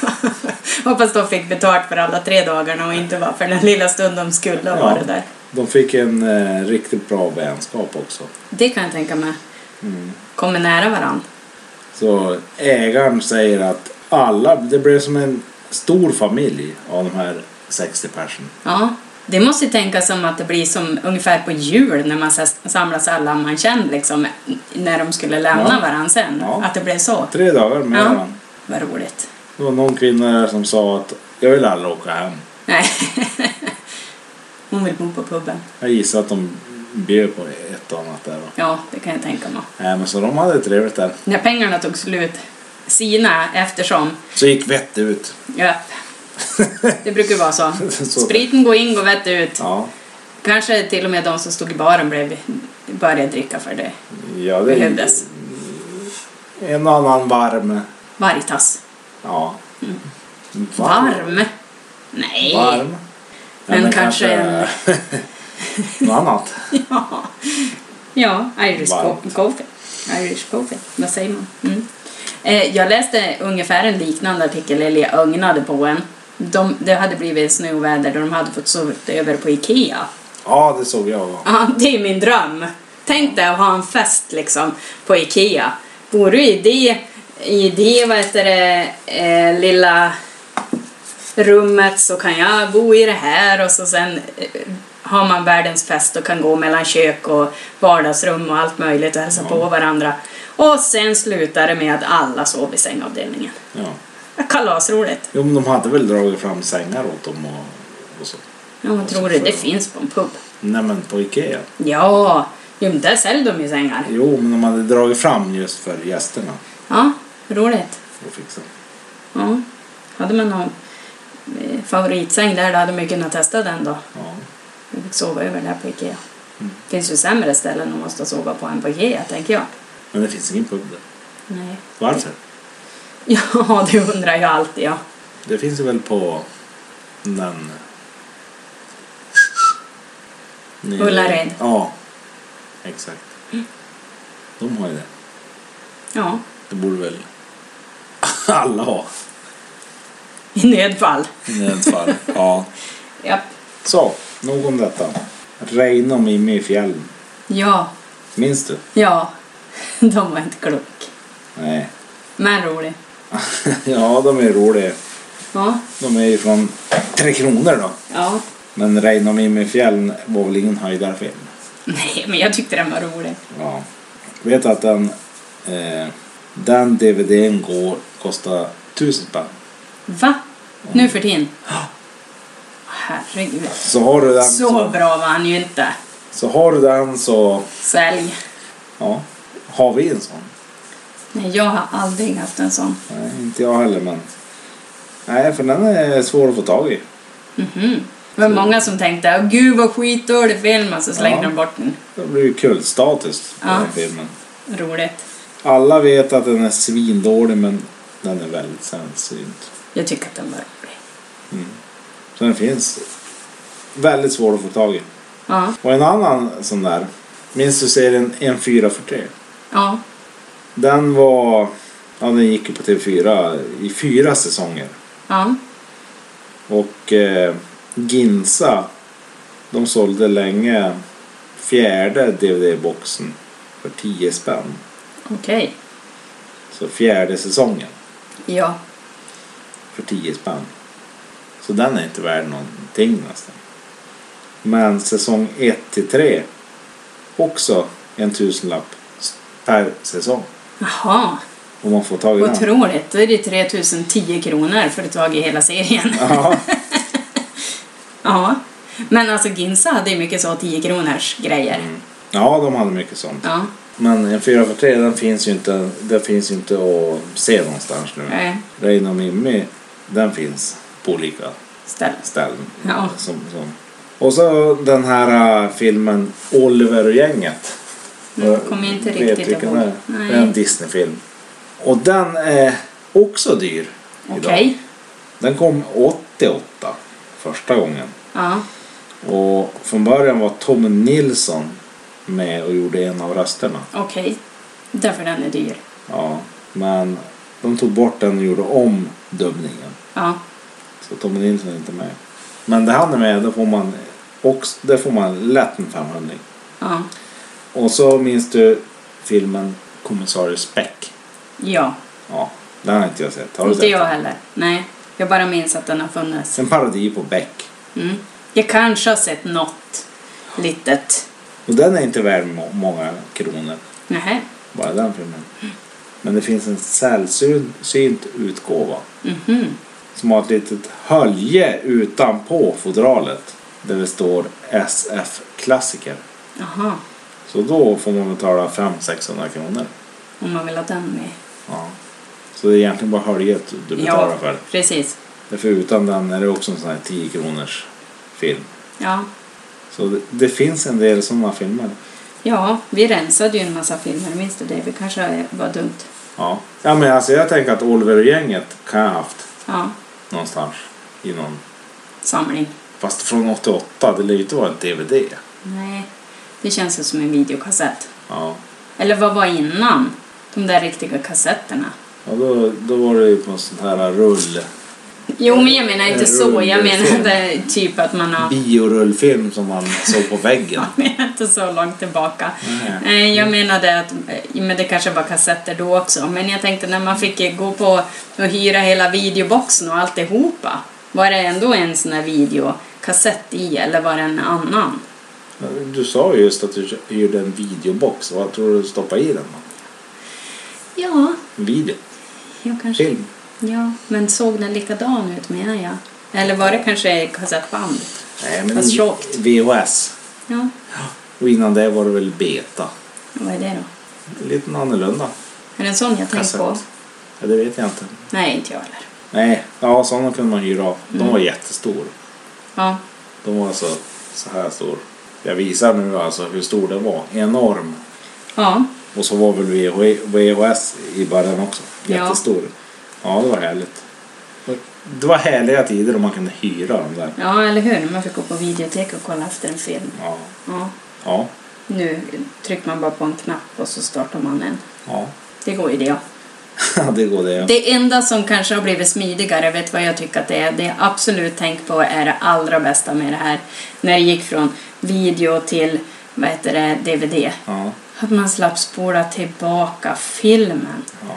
A: Hoppas de fick betalt för alla tre dagarna och inte bara för den lilla stund de skulle ha varit där.
B: De fick en eh, riktigt bra vänskap också.
A: Det kan jag tänka mig.
B: Mm.
A: Kommer nära varann.
B: Så ägaren säger att alla, det blev som en stor familj av de här 60 personerna.
A: Ja. Det måste ju tänkas som att det blir som ungefär på jul när man så här samlas alla man känner liksom när de skulle lämna
B: Ja.
A: varann sen.
B: Ja.
A: Att det blev så.
B: Tre dagar med
A: Ja.
B: varandra.
A: Vad roligt.
B: Det var någon kvinna där som sa att jag vill aldrig åka hem.
A: Nej. Hon vill bo på puben.
B: Jag gissar att de bjöd på ett och annat där. va.
A: Ja, det kan jag tänka mig.
B: Nej, men så de hade trevligt där.
A: När pengarna tog slut, sina eftersom,
B: Så gick vettet ut.
A: ja. Det brukar ju vara så.
B: Så.
A: Spriten går in, går vett ut.
B: Ja,
A: Kanske till och med de som stod i baren blev, började dricka för det
B: ja det
A: behövdes.
B: en och annan varm.
A: Vargtass.
B: Ja.
A: Varm? Nej.
B: Varm. Ja,
A: Men kanske en-
B: något annat.
A: Ja. ja, Irish
B: Varmt.
A: co- coffee. Irish coffee, vad säger man? Mm. Eh, jag läste ungefär en liknande artikel, eller jag ögnade på en. De, det hade blivit snöoväder och de hade fått sova över på Ikea.
B: Ja, det såg jag.
A: Ja, det är min dröm. Tänk dig att ha en fest liksom på Ikea. Bor du i det, i det vad heter det, eh, lilla rummet så kan jag bo i det här och så sen eh, har man världens fest och kan gå mellan kök och vardagsrum och allt möjligt och hälsa på varandra. Och sen slutar det med att alla sov i sängavdelningen.
B: Ja.
A: Kalasroligt.
B: Jo, men de hade väl dragit fram sängar åt dem och, och så.
A: Ja, vad tror du? Det finns på en pub.
B: Nej, men på Ikea.
A: Ja, jo, men där säljer de ju sängar.
B: Jo, men de hade dragit fram just för gästerna.
A: Ja, roligt.
B: Och fixa.
A: Ja. Hade man någon eh, favoritsäng där då hade man ju kunnat testa den då.
B: Ja.
A: Vi fick sova över där på Ikea. finns ju sämre ställen att måste sova på än på Ikea, tänker jag.
B: Men det finns ingen pub där.
A: Nej.
B: Varför?
A: Ja, det undrar jag alltid, ja.
B: Det finns ju väl på den... Nere-
A: Ullared.
B: Ja, exakt. De har ju det.
A: Ja,
B: Det borde väl alla ha
A: i nödfall.
B: i något fall. Ja.
A: Ja.
B: Så, nog om detta. Reine och Mimmi i fjällen.
A: Ja.
B: Minns du?
A: Ja. De var inte klok.
B: Nej.
A: Men rolig.
B: ja, de är roliga.
A: Ja.
B: De är ju från Tre Kronor då.
A: Ja.
B: Men Reine och Mimmi i fjällen var väl ingen höjdarfilm?
A: Nej, men jag tyckte den var rolig.
B: Ja. Vet att den, eh, den DVDn går, kostar tusen spänn.
A: Va? Nu för tiden? Herregud.
B: Så har du den
A: Så bra var han ju inte.
B: så har du den så,
A: Sälj.
B: ja. Har vi en sån?
A: Nej, jag har aldrig haft en sån.
B: Nej, inte jag heller men. Nej, för den är svår att få tag i.
A: Mhm. Det var många som tänkte "Åh, gud vad skitdålig film och så slängde
B: Ja.
A: de bort den.
B: Det blir ju kultstatus på
A: Ja.
B: den filmen.
A: Roligt.
B: Alla vet att den är svindålig men den är väldigt sällsynt.
A: Jag tycker att den var rolig.
B: Så den finns väldigt svår att få tag i.
A: Ja.
B: Och en annan sån där. Minns du serien En fyra för tre?
A: Ja.
B: Den var... Ja, den gick ju på TV4 i fyra säsonger.
A: Ja.
B: Och eh, Ginsa, de sålde länge fjärde DVD-boxen för 10 spänn.
A: Okej.
B: Så fjärde säsongen
A: Ja.
B: för 10 spänn. Så den är inte värd någonting nästan. Men säsong 1 till 3, också en tusenlapp per säsong.
A: Jaha.
B: Om man får tag i den.
A: Otroligt. Då är det 3010 kronor för att ta i hela serien.
B: Ja,
A: Ja. Men alltså Ginsa hade ju mycket så 10 kronors grejer.
B: Mm. ja, de hade mycket sånt.
A: Ja.
B: Men en 4 för 3 den finns ju inte, den finns ju inte att se någonstans nu.
A: Nej.
B: Reino Mimmi, den finns på olika
A: Ställ.
B: ställen.
A: Ja.
B: Som, som. Och så den här äh, filmen Oliver och gänget.
A: Mm, kommer inte
B: Vet
A: riktigt
B: vilken
A: ihåg.
B: det är?
A: Nej.
B: Det är en Disney-film. Och den är också dyr
A: Okej.
B: idag. Den kom 88 första gången.
A: Ja.
B: Och från början var Tom Nilsson med och gjorde en av rösterna.
A: Okej. Därför den är dyr.
B: Ja, men de tog bort den och gjorde om dubbningen.
A: Ja.
B: Så Tommy Nilsson är inte med. Men det han är med, då får man, också, det får man lätt en 500.
A: Ja.
B: Och så minns du filmen Kommissarie Speck.
A: Ja.
B: Ja, den har inte jag sett. Har du
A: Inte
B: sett?
A: jag heller. Nej. Jag bara minns att den har funnits.
B: En parodi på Beck.
A: Mm. Jag kanske har sett något litet.
B: Och den är inte värd må- många kronor,
A: Nähä.
B: bara den filmen. Men det finns en sällsynt utgåva
A: Mhm.
B: som har ett litet hölje utanpå fodralet där det står SF-klassiker.
A: Jaha.
B: Så då får man betala 500-600 kronor.
A: Om man vill ha den med.
B: Ja. Så det är egentligen bara höljet du betalar
A: ja,
B: för.
A: precis.
B: Därför utan den är det också en sån här 10 kronors film.
A: Ja.
B: Så det, det finns en del såna filmer.
A: ja, vi rensade ju en massa filmer. Minns du det? Vi kanske var dumt.
B: Ja. ja men alltså jag tänker att Oliver och gänget kan jag ha haft
A: Ja,
B: någonstans i någon.
A: samling.
B: Fast från 88, det lär ju inte vara en DVD.
A: Nej, det känns ju som en videokassett.
B: Ja.
A: Eller vad var innan? De där riktiga kassetterna.
B: Ja, då, då var det ju på en sån här rull...
A: Jo, men jag menar inte
B: En
A: så. Jag
B: rullfilm.
A: menade typ att man har...
B: Biorullfilm som man såg på väggen.
A: Jag menar inte så långt tillbaka.
B: Nej.
A: Nej. Jag menade att, eh, men det kanske var kassetter då också, men jag tänkte när man fick gå på och hyra hela videoboxen och alltihopa, var det ändå en sån här videokassett i eller var det en annan?
B: Du sa ju just att du gjorde en videobox. Vad tror du du stoppade i den då?
A: Ja,
B: Video?
A: jag kanske...
B: Film?
A: Ja, men såg den likadan ut menar jag? Eller var det kanske kassettband?
B: Nej, men
A: Fast tjockt.
B: VHS.
A: Ja,
B: Och innan det var det väl beta.
A: vad är det då?
B: Lite annorlunda.
A: Är det en sån jag tänkt på?
B: Kassett. Ja, det vet jag inte.
A: Nej, inte jag heller.
B: Nej, ja sådana kunde man hyra av.
A: Mm.
B: De var jättestora.
A: Ja,
B: De var alltså så här stor. Jag visar nu alltså hur stor den var. Enorm.
A: ja,
B: Och så var väl VH VHS i början också. Jättestor. Ja, det var härligt. Det var härliga tider om man kunde hyra dem där.
A: ja eller hur? Man fick gå på videotek och kolla efter en film.
B: Ja.
A: Ja.
B: Ja.
A: Nu trycker man bara på en knapp och så startar man en.
B: Ja.
A: Det går ju det.
B: det går det. ja.
A: Det enda som kanske har blivit smidigare, vet vad jag tycker att det är? Det jag absolut tänkt på är det allra bästa med det här. När det gick från video till, vad heter det, DVD.
B: Ja.
A: Att man slapp spola tillbaka filmen.
B: Ja.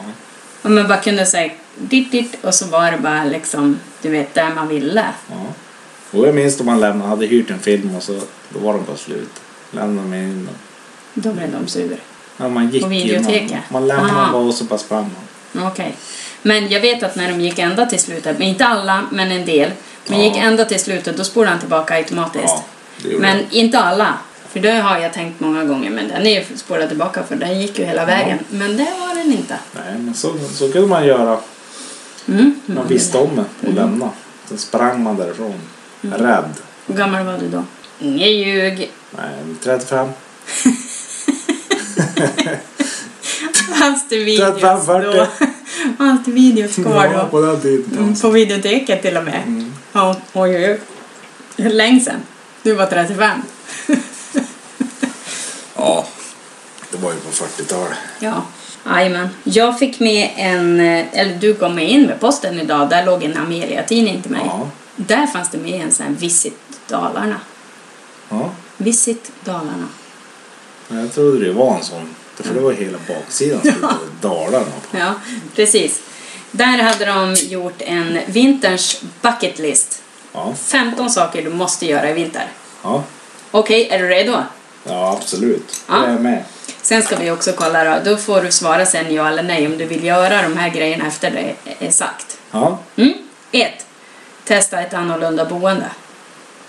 A: Och man bara kunde säga ditt, ditt och så var det bara liksom, du vet, där man ville.
B: Ja. Och jag minns då man lämnade, hade hyrt en film och så då var den bara slut. lämnade mig in dem.
A: Då blev de sur.
B: Ja, man gick
A: På
B: ju,
A: videoteket?
B: Man, man lämnade
A: Aha.
B: bara och så bara sprang man.
A: Mm, Okej. Men jag vet att när de gick ända till slutet, men inte alla, men en del. Men
B: Ja.
A: gick ända till slutet, då spolade han tillbaka automatiskt.
B: Ja, det gjorde
A: men
B: jag.
A: inte alla. För det har jag tänkt många gånger, men den är ju spolad tillbaka för den gick ju hela vägen. Men det var den inte.
B: Nej, men så, så kunde man göra.
A: Mm.
B: Man visste om det och lämna. Sen sprang man därifrån.
A: Mm.
B: Rädd.
A: Hur gammal var du då? Ingen ljug.
B: Nej, 35.
A: Fanns det videos
B: Tretton,
A: då?
B: fyrtio.
A: Fanns det videos
B: Ja,
A: kvar då?
B: på Mm. den tiden.
A: Mm, På videoteket till och med. Ja, oj, oj, oj. Hur länge sedan? Du var 35.
B: Ja, det var ju på 40-talet.
A: Ja. Jajamän. Jag fick med en, eh, eller du kom med in med posten idag, där låg en Amelia-tidning till mig.
B: Ja.
A: Där fanns det med en sån här Visit Dalarna.
B: ja.
A: Visit Dalarna.
B: Men Jag trodde det var en sån. För det var hela baksidan som ja. Dalarna.
A: Ja, precis. Där hade de gjort en vinterns bucket list.
B: Ja,
A: 15 saker du måste göra i vinter.
B: ja.
A: Okej, är du redo?
B: ja absolut.
A: Ja.
B: Jag är med.
A: Sen ska vi också kolla då. Då får du svara sen ja eller nej om du vill göra de här grejerna efter det är sagt.
B: Ja,
A: Mm. Ett, Testa ett annorlunda boende.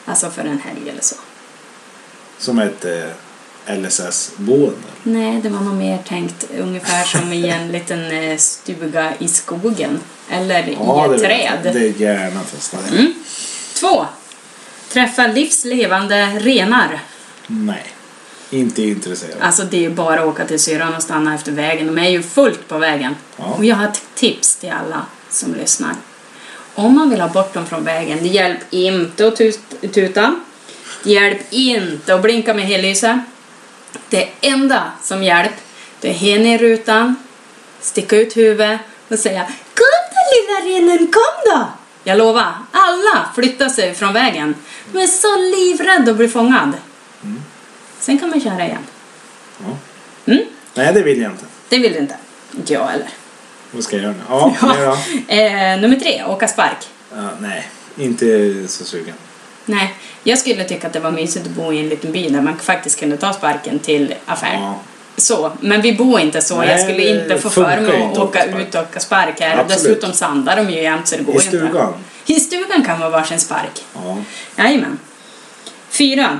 A: Alltså för en helg eller så.
B: som ett eh, LSS-boende.
A: Nej, det var nog mer tänkt ungefär som i en liten eh, stuga i skogen. Eller i ett
B: det,
A: träd. Mm.
B: det är gärna testa det.
A: Två, Träffa livslevande renar.
B: Nej, inte intresserad.
A: Alltså det är ju bara att åka till syrran och stanna efter vägen. De är ju fullt på vägen.
B: Ja.
A: Och jag har ett tips till alla som lyssnar. Om man vill ha bort dem från vägen, det hjälp inte att tut- tuta. Det hjälp inte att blinka med hellyset. Det enda som hjälp, det är hen i rutan, sticka ut huvudet och säga Kom då lilla renen, kom då! Jag lovar, alla flyttar sig från vägen. De är så livrädda att bli fångad. Sen kan man köra igen.
B: Ja.
A: Mm?
B: Nej, det vill jag inte.
A: Det vill du inte? Inte jag heller.
B: Vad ska jag göra nu? Ja, nu då?
A: Eh, nummer tre, åka spark.
B: Ja, nej, inte så sugen.
A: Nej, jag skulle tycka att det var mysigt att bo i en liten by där man faktiskt kunde ta sparken till affären.
B: Ja.
A: Så, men vi bor inte så. jag
B: Nej,
A: skulle
B: det
A: inte få
B: funkar
A: för mig att
B: inte att åka
A: åka
B: spark.
A: ut och åka spark här.
B: Absolut.
A: Dessutom sandar de ju jämt så det går
B: I
A: ju inte.
B: stugan?
A: I stugan kan man varsin spark.
B: Ja.
A: Jajamän. Fyra.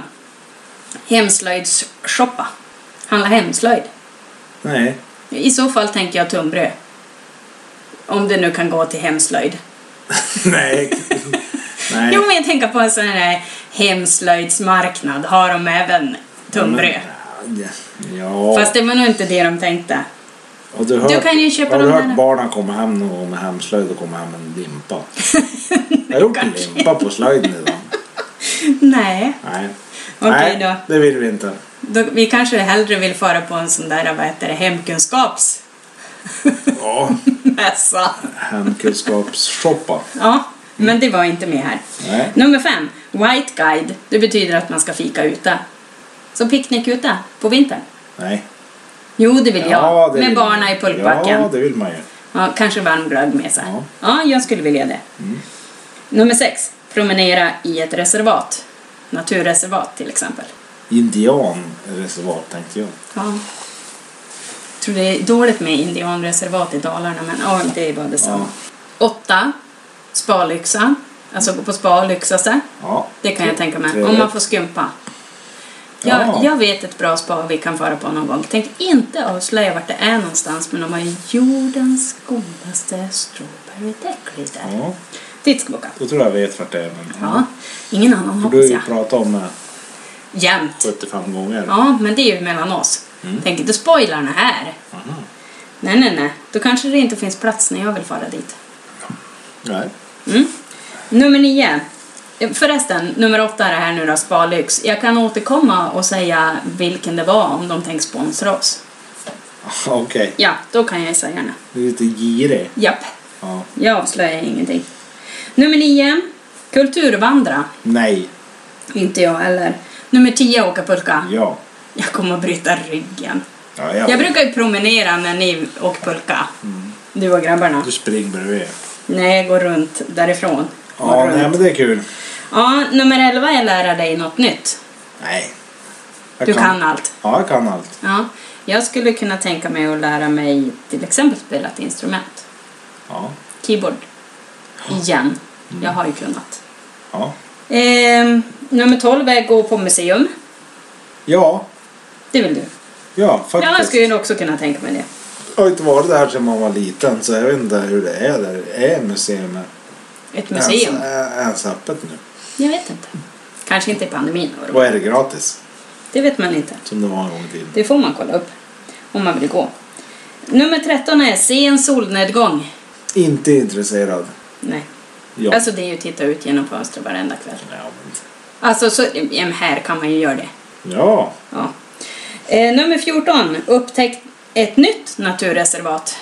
A: Hemslöjdsshoppa. Handla hemslöjd.
B: Nej.
A: I så fall tänker jag tunnbröd. Om det nu kan gå till hemslöjd.
B: nej. nej.
A: Jo, men jag tänker på en sån här hemslöjdsmarknad. Har de även tunnbröd?
B: Ja, Ja.
A: Fast det var nog inte det de tänkte.
B: Har du, hört,
A: Du kan ju köpa
B: har du
A: de
B: hört
A: där-
B: barnen komma hem någon gång med hemslöjd och komma hem med en limpa? jag har gjort en limpa på slöjden idag.
A: Nej.
B: Nej.
A: Okej
B: Nej,
A: då.
B: det vill vi inte.
A: Då, vi kanske hellre vill föra på en sån där, vad heter det, hemkunskapsmässa.
B: Ja, hemkunskapsshoppa.
A: Ja, men det var inte med här.
B: Nej.
A: Nummer fem, White Guide. Det betyder att man ska fika ute. Så picknick ute på vintern.
B: Nej.
A: Jo, det vill
B: Ja,
A: jag.
B: det
A: Med
B: vill man.
A: barna i pulkbacken.
B: Ja, det vill man ju.
A: Ja, kanske varm glögg med sig. Ja.
B: Ja. Mm.
A: jag skulle vilja det. Nummer sex. Promenera i ett reservat. Naturreservat till exempel.
B: Indianreservat tänkte jag.
A: Ja. Jag tror det är dåligt med indianreservat i Dalarna, men ja, det var detsamma. Åtta. Spalyxa. Alltså gå på spa och lyxa sig.
B: Ja.
A: Det kan jag tänka mig.
B: Trevligt.
A: Om man får skumpa. Jag,
B: Ja.
A: jag vet ett bra spa vi kan föra på någon gång. Tänk inte avslöja vart det är någonstans, men de har ju jordens godaste strawberry daiquiri där.
B: Ja,
A: Dit ska vi åka.
B: då tror jag jag vet vart det är. Men...
A: Ja, ingen annan
B: För du har
A: hoppas
B: ju
A: jag.
B: pratat om det
A: Jämt.
B: 75 gånger.
A: Ja, men det är ju mellan oss.
B: Mm.
A: Tänk inte spoila det här. Nej, nej, nej. Då kanske det inte finns plats när jag vill fara dit.
B: Nej.
A: Mm. Nummer nio. Eh, Förresten, nummer åtta är det här nu då, Spalyx. Jag kan återkomma och säga vilken det var om de tänker sponsra oss.
B: Okej,
A: Ja, då kan jag ju säga det.
B: du är lite girig.
A: Japp,
B: Ja.
A: jag avslöjar ingenting. Nummer nio. Kulturvandra.
B: Nej.
A: Inte jag heller. Nummer tio, åka pulka.
B: Ja.
A: Jag kommer att bryta ryggen.
B: ja jag...
A: Jag brukar ju promenera när ni åker pulka. Du och grabbarna.
B: Du springer bredvid.
A: Nej, jag går runt därifrån.
B: Ja,
A: Går runt.
B: nej men det är kul.
A: ja, nummer 11 är lära dig något nytt.
B: Nej. Jag
A: Du kan allt.
B: Ja, jag kan allt.
A: Ja. Jag skulle kunna tänka mig att lära mig till exempel spela ett instrument.
B: Ja,
A: Keyboard. Igen.
B: Mm.
A: Jag har ju kunnat.
B: ja.
A: Ehm, nummer 12 är gå på museum.
B: Ja,
A: Det vill du.
B: ja
A: Ja, jag
B: faktiskt.
A: skulle ju också kunna tänka mig det.
B: Jag har inte varit där sedan man var liten så jag vet inte hur det är där. Är museum
A: Ett museum.
B: ens, äh, ens öppet nu?
A: Jag vet inte. Kanske inte i pandemin. vad det var.
B: Och är det gratis?
A: Det vet man inte.
B: Som det var en gång i tiden.
A: Det får man kolla upp om man vill gå. Nummer 13 är se en solnedgång.
B: Inte intresserad.
A: Nej.
B: Ja.
A: Alltså det är ju att titta ut genom fönstret varenda kväll.
B: Ja, men-
A: Alltså så, ja, men här kan man ju göra det.
B: ja.
A: Ja. Eh, nummer 14. Upptäck ett nytt naturreservat.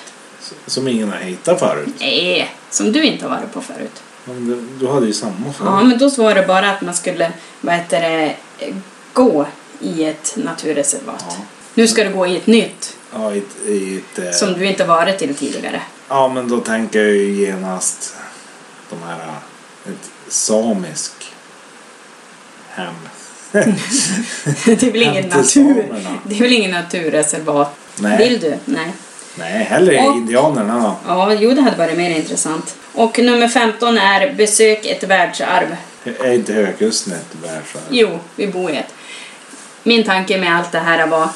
B: Som ingen har hittat förut.
A: Nej, som du inte har varit på förut.
B: Men du, du hade ju samma
A: Ja,
B: förut.
A: men då så var det bara att man skulle, vad heter det, eh, gå i ett naturreservat.
B: Ja.
A: Nu ska du gå i ett nytt
B: Ja, i, ett- i ett, eh,
A: som du inte varit till tidigare.
B: ja, men då tänker jag ju genast de här... eh, Ett samisk hem.
A: Det är väl ingen
B: Hem till
A: natur.
B: samerna.
A: Det är väl ingen naturreservat.
B: Nej.
A: Vill du? Nej.
B: Nej, hellre
A: Och-
B: indianerna då.
A: Ja, jo, det hade varit mer intressant. Och nummer 15 är besök ett världsarv.
B: Är inte högkusten ett världsarv?
A: Jo, vi bor i ett. Min tanke med allt det här var,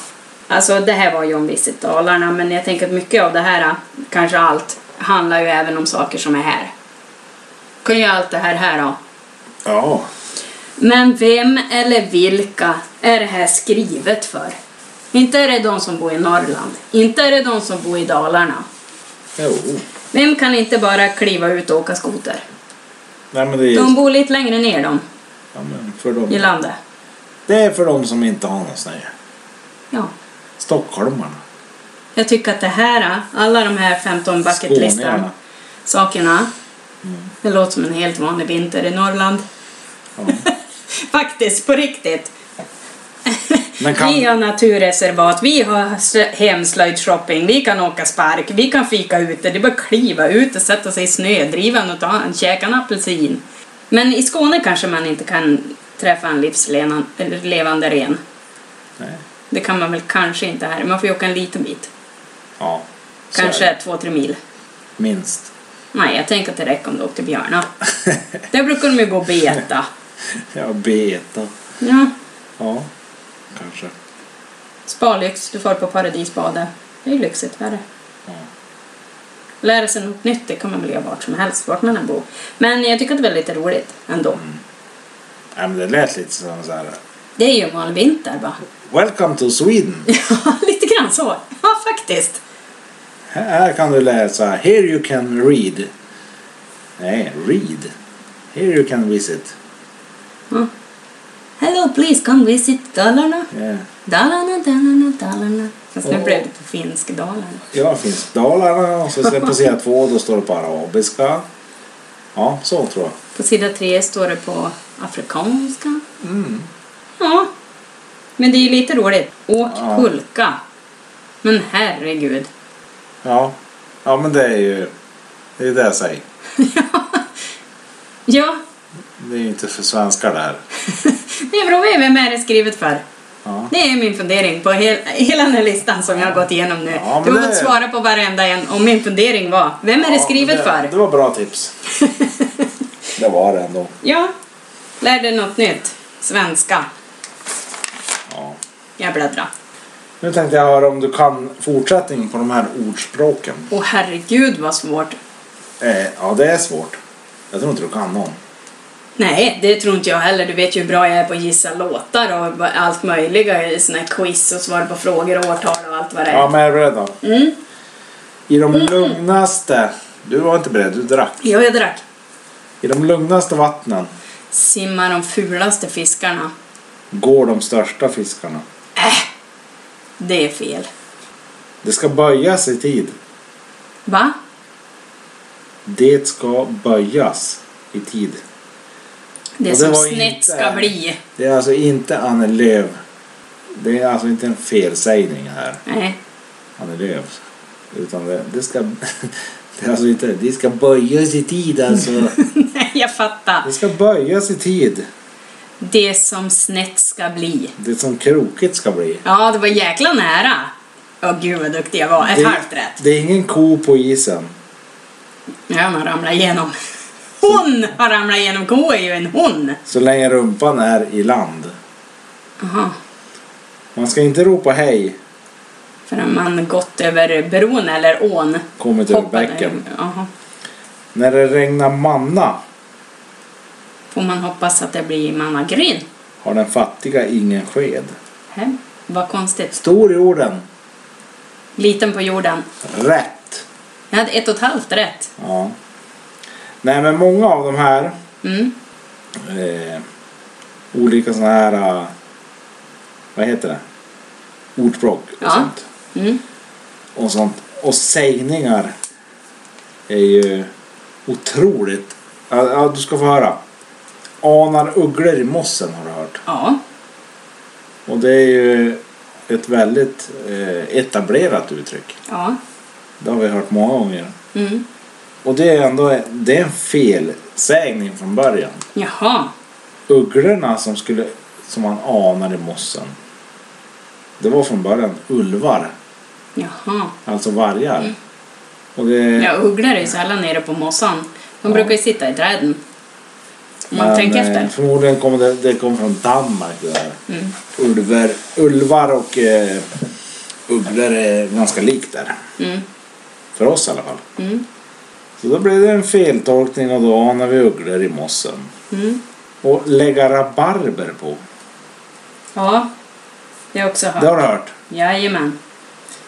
A: alltså det här var ju om Visit Dalarna, men jag tänker att mycket av det här, kanske allt, handlar ju även om saker som är här. Kan ju allt det här här då.
B: Ja.
A: Men vem eller vilka är det här skrivet för? Inte är det de som bor i Norrland, inte är det de som bor i Dalarna.
B: Jo.
A: Vem kan inte bara kliva ut och åka skoter?
B: Nej, men det är
A: De bor lite längre ner de,
B: ja, men för
A: i
B: dem.
A: landet.
B: Det är för dem som inte har något snö.
A: Ja.
B: Stockholmarna.
A: Jag tycker att det här, alla de här 15 bucketlistan
B: Skåningarna.
A: sakerna, det låter som en helt vanlig vinter i Norrland.
B: Ja.
A: Faktiskt, på riktigt.
B: Men kan-
A: Vi har naturreservat, vi har slö- hemslöjdsshopping, vi kan åka spark, vi kan fika ute, det är bara att kliva ut och sätta sig i snödrivan och ta en, käka en apelsin. Men i Skåne kanske man inte kan träffa en livslevande ren.
B: Nej.
A: Det kan man väl kanske inte här, man får ju åka en liten bit.
B: Ja. så är
A: Kanske
B: det.
A: två, tre mil.
B: Minst.
A: Nej, jag tänker att det räcker om du åkte björna. Där brukar de ju gå och beta.
B: Ja, beta.
A: Ja.
B: Ja, kanske.
A: Sparlyx, du får på paradisbadet. Det är ju lyxigt värre.
B: Ja.
A: Lära sig något nytt, det kan man väl göra vart som helst, vart man än bor. Men jag tycker att det är lite roligt ändå.
B: Mm. Nej, men det lät lite som så här.
A: Det är ju en vanlig vinter, va?
B: Welcome to Sweden.
A: Ja, lite grann så. Ja, faktiskt.
B: här här kan du läsa. Here you can read. Nej, read. Here you can visit.
A: Hello, please come visit Dalarna.
B: Yeah.
A: Dalarna, Dalarna, Dalarna. Fast nu
B: Åh.
A: blev det på finsk, Dalarna.
B: Ja, finns Dalarna och så sen på sida två då står det på arabiska. Ja, så tror jag.
A: På sida tre står det på afrikanska.
B: Mm.
A: Ja. Men det är ju lite roligt. Åk
B: Ja.
A: pulka. Men herregud.
B: Ja, ja men det är ju det, är det jag säger.
A: Ja,
B: Det är ju inte för svenskar det här.
A: det beror ju vem är det skrivet för.
B: Ja.
A: Det är min fundering på hel, hela den här listan som jag har gått igenom nu.
B: Ja, men
A: du har
B: det-
A: fått svara på varenda en och min fundering var, vem är det
B: Ja,
A: skrivet
B: det,
A: för?
B: Det var bra tips. det var det ändå.
A: Ja, lär dig något nytt. Svenska.
B: Ja.
A: Jag bläddrar.
B: Nu tänkte jag höra om du kan fortsättningen på de här ordspråken.
A: Åh herregud vad svårt.
B: Eh, ja, det är svårt. Jag tror inte du kan någon.
A: Nej, det tror inte jag heller. Du vet ju hur bra jag är på att gissa låtar och vad- allt möjliga i såna här quiz och svara på frågor och årtal och allt vad det är.
B: Ja, men är du beredd då? I de lugnaste... Du var inte beredd, du drack.
A: Ja, jag drack.
B: I de lugnaste vattnen
A: Simmar de fulaste fiskarna.
B: går de största fiskarna.
A: Det är fel.
B: Det ska böjas i tid.
A: Va?
B: Det ska böjas i tid.
A: Det,
B: Och det
A: som
B: var
A: snett
B: inte-
A: ska bli.
B: Det är alltså inte Anne Lööf. Det är alltså inte en felsägning här,
A: Nej.
B: Anne Lööf. Utan det, det ska... Det är alltså inte... Det ska böjas i tid alltså.
A: Nej, jag fattar.
B: Det ska böjas i tid.
A: Det som snett ska bli.
B: Det som krokigt ska bli.
A: Ja, det var jäkla nära. Åh gud vad duktig jag var. Ett
B: det,
A: halvt rätt.
B: Det är ingen ko på isen.
A: Ja, hon har ramlat igenom. Hon har ramlat igenom. Ko är ju en hon.
B: Så länge rumpan är i land.
A: Jaha.
B: Man ska inte ropa hej.
A: Förrän man gått över bron eller ån.
B: Kommit ur
A: Hoppade.
B: bäcken.
A: Jaha.
B: När det regnar manna
A: Får man hoppas att det blir mannagryn.
B: har den fattiga ingen sked.
A: Hä? Vad konstigt.
B: Stor i orden.
A: Liten på jorden.
B: Rätt.
A: Jag hade ett och ett halvt rätt.
B: Ja. Nej men många av de här
A: Mm.
B: eh, olika sådana här eh, vad heter det? Ordspråk och
A: Ja.
B: sånt.
A: Mm.
B: Och sånt. Och sägningar är ju otroligt. Ja, ja, du ska få höra. Anar ugglor i mossen har du hört.
A: Ja.
B: Och det är ju ett väldigt eh, etablerat uttryck.
A: Ja.
B: Det har vi hört många gånger.
A: Mm.
B: Och det är ändå det är en felsägning från början.
A: Jaha.
B: Ugglorna som, skulle, som man anar i mossen. Det var från början ulvar.
A: Jaha.
B: Alltså vargar. Och det,
A: Ja, ugglor är ju sällan nere på mossan. De
B: Ja.
A: brukar ju sitta i träden. Om man
B: men,
A: tänker
B: eh,
A: efter. Mm.
B: Förmodligen kommer det, det kommer från Danmark. Det där. Ulver, ulvar och eh, ugglor är ganska likt där.
A: Mm.
B: För oss i alla fall.
A: Mm.
B: Så då blev det en feltolkning och då anar vi ugglor i mossen.
A: Mm.
B: Och lägga rabarber på.
A: Ja. Det har jag också
B: Det
A: hört.
B: har du hört?
A: Jajamän.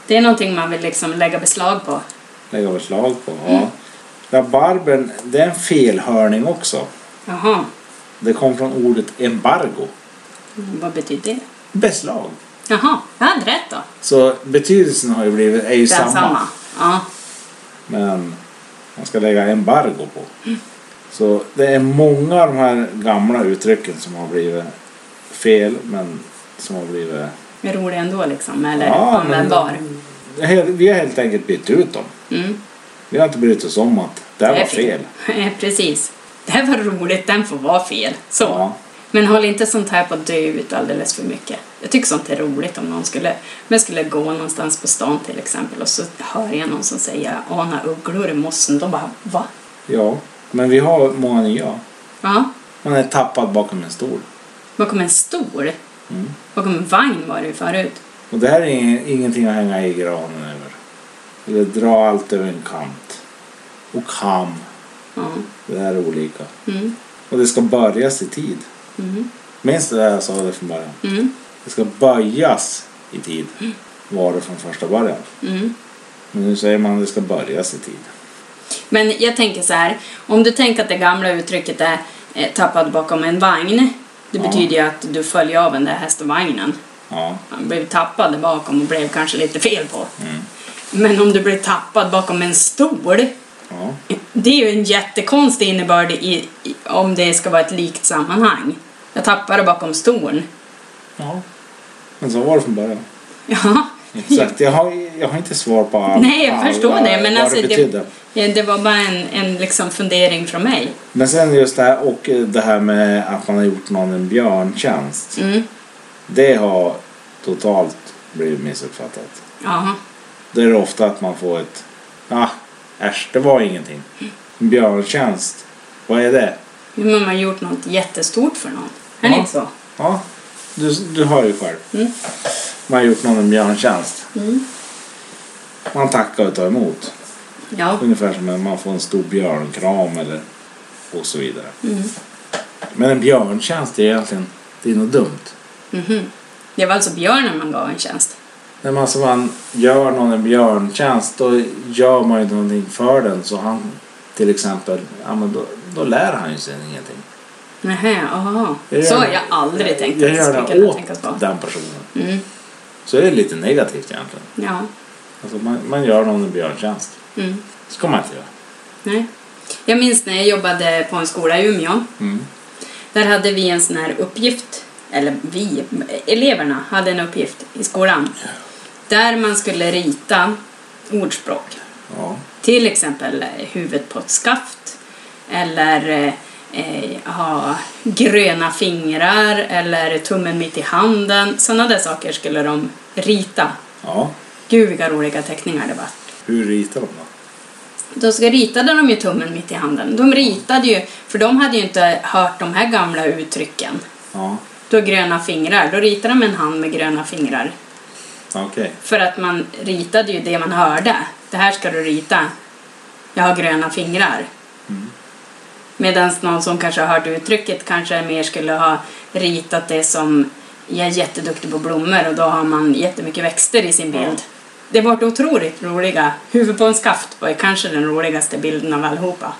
A: Det är någonting man vill liksom lägga beslag på.
B: Lägga beslag på. Ja.
A: Mm.
B: Rabarbern, det är en felhörning också.
A: Jaha.
B: Det kom från ordet embargo.
A: Vad betyder det?
B: Beslag.
A: Jaha. Jag hade rätt då.
B: Så betydelsen har ju blivit, är ju samma.
A: Den samma. Ja.
B: Men man ska lägga embargo på. Så det är många av de här gamla uttrycken som har blivit fel men som har blivit...
A: Är rolig ändå liksom. Eller
B: Ja, men-
A: användbar.
B: Det här- Vi har helt enkelt bytt ut dem.
A: Mm.
B: Vi har inte brytt oss om att det här
A: Det
B: var
A: är
B: fel.
A: Eh, Precis. Det här var roligt. Den får vara fel. Så.
B: Ja.
A: Men håll inte sånt här på att dö ut alldeles för mycket. Jag tycker sånt är roligt om någon skulle, om jag skulle gå någonstans på stan till exempel och så hör jag någon som säger ana ugglor i mossen. Då bara va?
B: ja, men vi har många nya.
A: Ja,
B: Man är tappad bakom en stol.
A: bakom en stor.
B: Mm.
A: Bakom en vagn var det ju förut.
B: Och det här är ing- ingenting att hänga i granen över. Eller dra allt över en kant. Och kam.
A: Ja.
B: Det här är olika.
A: Mm.
B: Och det ska börjas i tid.
A: Mm.
B: Minns du det jag sa det från början?
A: Mm.
B: Det ska böjas i tid. Var det från första början.
A: Mm.
B: Men nu säger man att det ska börjas i tid.
A: Men jag tänker så här, om du tänker att det gamla uttrycket är eh, tappad bakom en vagn. Det
B: Ja.
A: betyder ju att du följer av den där hästvagnen.
B: Ja.
A: Han blev tappad där bakom och blev kanske lite fel på.
B: Mm.
A: Men om du blir tappad bakom en stol,
B: ja.
A: det är ju en jättekonstig innebörd i, i, om det ska vara ett likt sammanhang. Jag tappade bakom stolen.
B: Ja. Men så var det från början.
A: Ja,
B: Exakt. Jag har, jag har inte svar på all-
A: nej jag
B: alla-
A: förstår det. Men
B: vad
A: alltså,
B: det betydde.
A: det, ja, det var bara en, en liksom fundering från mig.
B: Men sen just det här och det här med att man har gjort någon en björntjänst.
A: Mm.
B: Det har totalt blivit missuppfattat.
A: Ja,
B: Det är ofta att man får ett ah, äsch, det var ingenting. En björntjänst, vad är det?
A: nu har man gjort något jättestort för någon. Är det
B: Ja.
A: inte så?
B: Ja, du, du hör ju själv.
A: Mm.
B: Man har gjort någon en björntjänst.
A: Mm.
B: Man tackar och tar emot.
A: Ja.
B: Ungefär som när man får en stor björnkram eller och så vidare.
A: Mm.
B: Men en björntjänst är egentligen, det är något dumt.
A: Mhm. Det var alltså björnen man gav en tjänst.
B: När man, alltså man gör någon en björntjänst då gör man ju någonting för den. Så han till exempel, ja, men då, då lär han ju sig ingenting.
A: Nähä, aha.
B: Jag gör-
A: Så har jag aldrig tänkt
B: jag
A: att
B: gör
A: skulle
B: det
A: kunna tänkas på.
B: åt den personen.
A: Mm.
B: Så det är lite negativt egentligen.
A: Ja.
B: Alltså man, man gör någon en björntjänst.
A: Mm.
B: ska man inte göra.
A: Nej. Jag minns när jag jobbade på en skola i Umeå.
B: Mm.
A: Där hade vi en sån här uppgift, eller vi, eleverna hade en uppgift i skolan. Där man skulle rita ordspråk.
B: Ja.
A: Till exempel eh, huvudet på ett skaft eller eh, eh, ha gröna fingrar eller tummen mitt i handen. Sådana där saker skulle de rita.
B: Ja.
A: Gud vilka roliga teckningar det var.
B: Hur ritar de då?
A: Då ska ritade de ju tummen mitt i handen. De ritade ju, för de hade ju inte hört de här gamla uttrycken.
B: Ja.
A: Då gröna fingrar, då ritade de en hand med gröna fingrar.
B: Okej.
A: För att man ritade ju det man hörde. Det här ska du rita. Jag har gröna fingrar.
B: Mm.
A: Medan någon som kanske har hört uttrycket kanske mer skulle ha ritat det som jag är jätteduktig på blommor och då har man jättemycket växter i sin bild.
B: Ja.
A: Det var otroligt roliga. Huvud på en skaft var ju kanske den roligaste bilden av allihopa.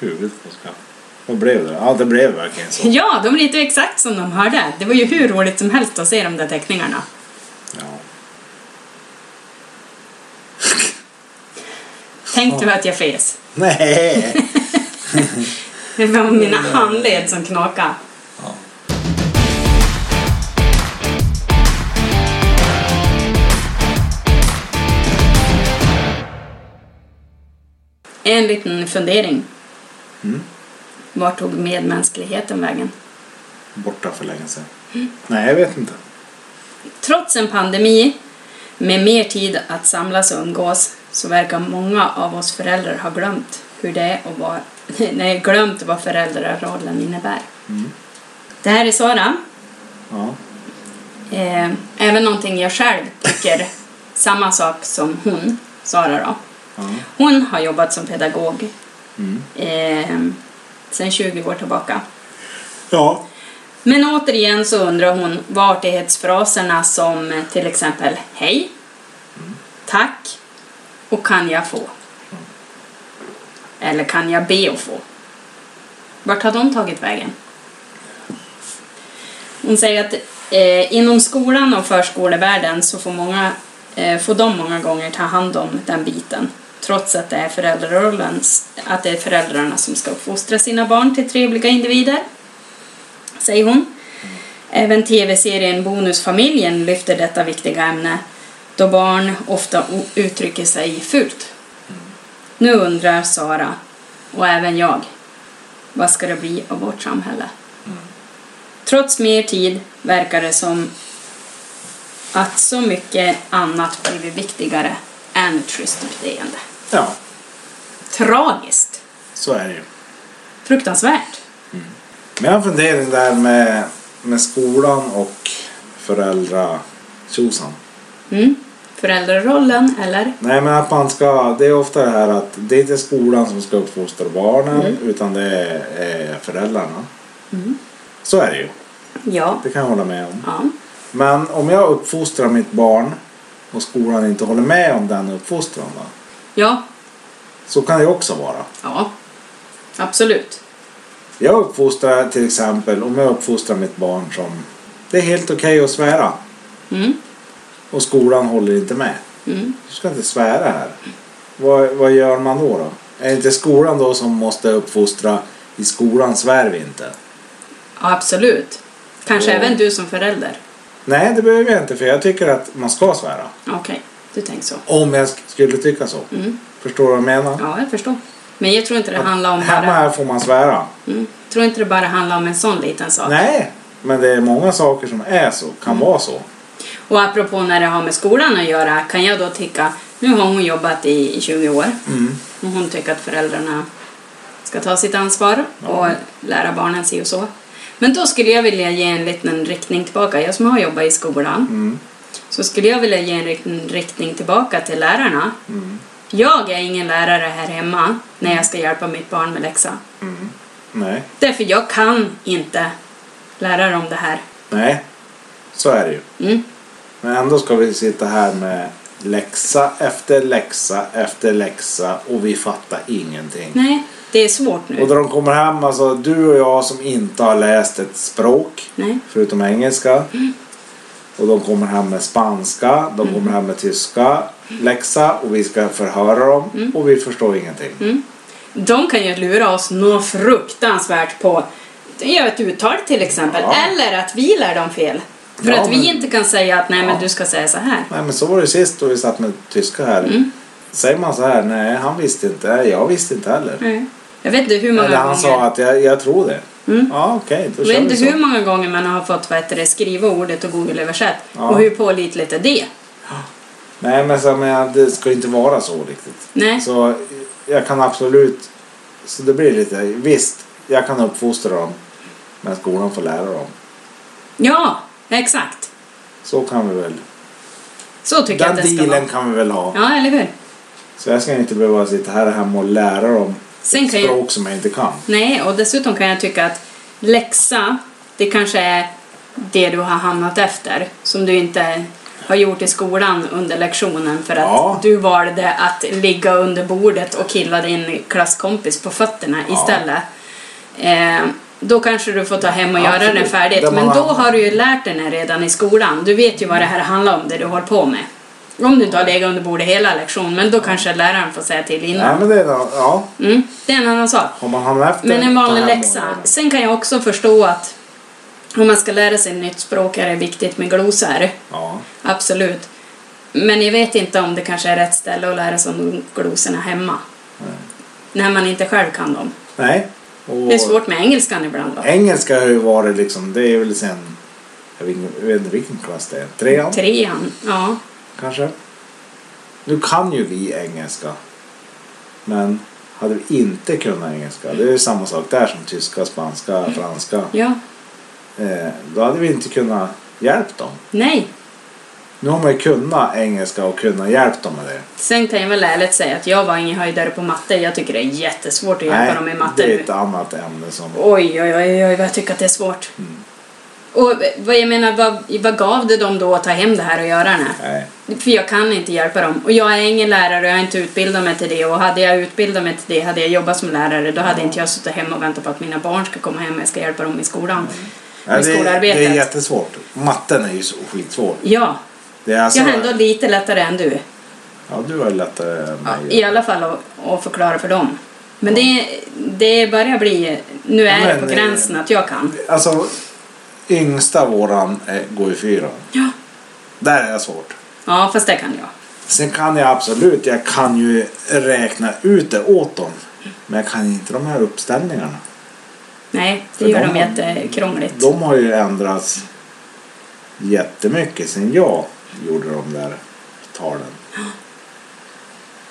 B: Huvudet på skaft. Vad blev det? Ja, det blev verkligen så.
A: Ja, de ritade ju exakt som de hörde. Det var ju hur roligt som helst att se de där teckningarna.
B: Ja.
A: Tänkte du att jag fes?
B: Nej!
A: Det var mina handled som knakade.
B: ja.
A: En liten fundering.
B: Mm.
A: Vart tog medmänskligheten vägen?
B: Borta för länge sedan. Nej, jag vet inte.
A: Trots en pandemi med mer tid att samlas och umgås så verkar många av oss föräldrar ha glömt hur det är och vad, nej, glömt vad föräldrarollen innebär.
B: Mm.
A: Det här är Sara.
B: Ja.
A: Eh, även någonting jag själv tycker samma sak som hon, Sara då.
B: ja.
A: Hon har jobbat som pedagog
B: Mm.
A: eh, sedan 20 år tillbaka.
B: Ja.
A: Men återigen så undrar hon vad artighetsfraserna som eh, till exempel hej, tack och kan jag få? Eller kan jag be att få? Vart har de tagit vägen? Hon säger att eh, inom skolan och förskolevärlden så får, många, eh, får de många gånger ta hand om den biten. Trots att det är, föräldrarollens, att det är föräldrarna som ska uppfostra sina barn till trevliga individer säger hon. Även tv-serien Bonusfamiljen lyfter detta viktiga ämne då barn ofta o- uttrycker sig fult. Nu undrar Sara, och även jag, vad ska det bli av vårt samhälle? Trots mer tid verkar det som att så mycket annat blivit viktigare än ett schysst beteende.
B: Ja,
A: Tragiskt!
B: så är det ju.
A: Fruktansvärt!
B: Men jag har en fundering där med, med skolan och föräldratjosan.
A: Mm. Föräldrarollen, eller?
B: Nej men att man ska, det är ofta det här att det är inte skolan som ska uppfostra barnen utan det är, är föräldrarna. Så är det ju,
A: Ja.
B: det kan jag hålla med om.
A: Ja.
B: Men om jag uppfostrar mitt barn och skolan inte håller med om den uppfostran då,
A: Ja,
B: så kan det ju också vara.
A: ja. Absolut.
B: Jag uppfostrar till exempel, om jag uppfostrar mitt barn som det är helt okej att svära
A: Mm.
B: och skolan håller inte med.
A: Mm.
B: Du ska inte svära här. Vad, vad gör man då? då? Är det inte skolan då som måste uppfostra? I skolan svär vi inte.
A: Ja, absolut. Kanske
B: Ja.
A: även du som förälder.
B: Nej, det behöver jag inte för jag tycker att man ska svära.
A: Okej, du tänker så.
B: Om jag sk- skulle tycka så.
A: Mm.
B: Förstår du vad jag menar?
A: Ja, jag förstår. Men jag tror inte det handlar om
B: Hemma
A: bara...
B: här får man svära.
A: Mm. tror inte det bara handlar om en sån liten sak.
B: Nej, men det är många saker som är så, kan
A: Mm.
B: vara så.
A: Och apropå när det har med skolan att göra kan jag då tycka, nu har hon jobbat i i 20 år och hon tycker att föräldrarna ska ta sitt ansvar och lära barnen si och så. Men då skulle jag vilja ge en liten riktning tillbaka, jag som har jobbat i skolan. Så skulle jag vilja ge en rikt- riktning tillbaka till lärarna. Jag är ingen lärare här hemma när jag ska hjälpa mitt barn med läxa.
B: Nej,
A: Därför jag kan inte lära dem det här.
B: nej. Så är det ju.
A: Mm.
B: Men ändå ska vi sitta här med läxa efter läxa efter läxa och vi fattar ingenting.
A: Nej, det är svårt nu.
B: Och när de kommer hem, alltså du och jag som inte har läst ett språk,
A: Nej. Mm.
B: förutom engelska. Och de kommer hem med spanska, de kommer hem med tyska, läxa och vi ska förhöra dem
A: Mm.
B: och vi förstår ingenting.
A: De kan ju lura oss något fruktansvärt på gör ett uttal till exempel,
B: Ja.
A: eller att vi lär dem fel. För
B: Ja,
A: att vi
B: men-
A: inte kan säga att nej men
B: Ja.
A: du ska säga så här.
B: Nej men så var det sist då vi
A: Mm.
B: satt med tyska här. Säger man så här, nej han visste inte, nej, jag visste inte heller.
A: Nej. Jag vet inte hur många
B: Eller han
A: gånger.
B: sa att jag, jag tror det.
A: Mm.
B: Ja, okej.
A: jag
B: då
A: vet
B: kör vi
A: inte
B: så.
A: hur många gånger man har fått vad heter det, skriva ordet och Google-översätt.
B: Ja.
A: Och hur pålitligt är det?
B: Nej, men, så, men det ska ju inte vara så riktigt.
A: Nej.
B: Så jag kan absolut... Så det blir lite... Visst, jag kan uppfostra dem. Men skolan får lära dem.
A: Ja, exakt.
B: Så kan vi väl...
A: Så tycker
B: Den
A: jag att det ska vara.
B: dealen kan vi väl ha.
A: Ja, eller hur?
B: Så jag ska inte behöva sitta här hemma och lära dem
A: Sen
B: ett
A: kan jag- Mm.
B: språk som jag inte kan.
A: Nej, och dessutom kan jag tycka att läxa, det kanske är det du har hamnat efter. Som du inte har gjort i skolan under lektionen för att
B: Ja.
A: du valde att ligga under bordet och killa din klasskompis på fötterna
B: Ja.
A: istället. Eh, då kanske du får ta hem och göra
B: Absolut.
A: den färdigt.
B: Där
A: Men
B: man-
A: då har du ju lärt dig den redan i skolan. Du vet ju vad det här handlar om, det du håller på med. Om du inte har legat under bordet hela lektionen, men då kanske läraren får säga till
B: Nej,
A: innan.
B: men det är... Ja,
A: Mm, det är en annan sak.
B: har man hamnat efter...
A: Men en vanlig
B: ta hem
A: läxa.
B: dem.
A: Sen kan jag också förstå att om man ska lära sig ett nytt språk är det viktigt med glosor.
B: Ja.
A: Absolut. Men jag vet inte om det kanske är rätt ställe att lära sig om de glosorna hemma. När man inte själv kan dem.
B: Nej. Och
A: Det är svårt med engelskan ibland då.
B: Engelska har ju varit liksom... Det är väl sen... Jag vet inte, jag vet inte vilken klass det är. Trean?
A: Trean, ja.
B: kanske. Nu kan ju vi engelska. Men hade vi inte kunnat engelska, det är ju samma sak där som tyska,
A: Mm.
B: spanska, franska.
A: Ja.
B: Eh, då hade vi inte kunnat hjälpa dem.
A: Nej.
B: Nu har man ju kunnat engelska och kunnat hjälpa dem med det.
A: Sen kan jag väl ärligt säga att jag var ingen höjdare på matte. Jag tycker det är jättesvårt att hjälpa dem i matte
B: det är
A: nu.
B: ett annat ämne som...
A: Oj, oj, oj, oj, vad jag tycker att det är svårt.
B: Mm.
A: Och vad jag menar, vad, vad gav det dem då att ta hem det här och göra den här?
B: Nej.
A: För jag kan inte hjälpa dem. Och jag är ingen lärare och jag har inte utbildat mig till det. Och hade jag utbildat mig till det, hade jag jobbat som lärare, då hade inte jag suttit hemma och väntat på att mina barn ska komma hem och jag ska hjälpa dem i skolan.
B: Mm. Nej,
A: Med
B: det, är-
A: skolarbetet.
B: det är jättesvårt. Matten är ju så skitsvår.
A: Ja,
B: Det är alltså,
A: jag har ändå lite lättare än du.
B: Ja, du har ju lättare än
A: Ja,
B: mig.
A: I alla fall att, att förklara för dem. Men det, det börjar bli... Nu är
B: Ja,
A: det
B: men,
A: på
B: eh,
A: gränsen att jag kan.
B: Alltså, yngsta våran eh, går i fyran.
A: Ja.
B: Där är jag svårt.
A: Ja, fast det kan jag.
B: Sen kan jag absolut, jag kan ju räkna ut det åt dem. Men jag kan inte de här uppställningarna.
A: Nej, det
B: För
A: gör
B: de-
A: de jättekrångligt.
B: De har ju ändrats jättemycket sen jag gjorde de där talen.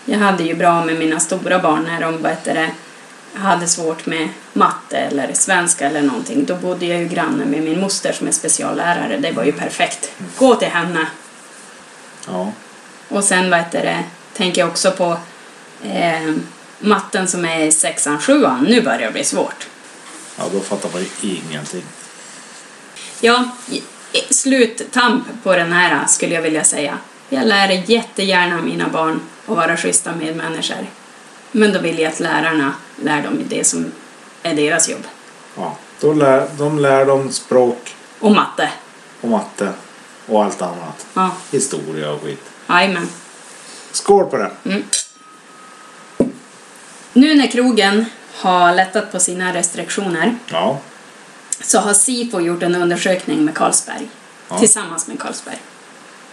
A: Jag hade ju bra med mina stora barn när de vad heter det, hade svårt med matte eller svenska eller någonting. Då bodde jag ju granne med min moster som är speciallärare. Det var ju perfekt. Gå till henne.
B: Ja.
A: Och sen vad heter det, tänker jag också på eh, matten som är i sexan, sjuan. Nu börjar det bli svårt.
B: ja, då fattar man ju ingenting.
A: Ja, i- i- sluttamp på den här skulle jag vilja säga. Jag lär jättegärna mina barn att vara schyssta medmänniskor. Men då vill jag att lärarna lär dem det som är deras jobb.
B: Ja. Då lär, de lär dem språk
A: Och matte.
B: och matte och allt annat.
A: Ja,
B: Historia och skit.
A: jajamän. Mm.
B: Skål på det!
A: Nu när krogen har lättat på sina restriktioner
B: Ja.
A: så har Sifo gjort en undersökning med Carlsberg.
B: Ja.
A: Tillsammans med Carlsberg.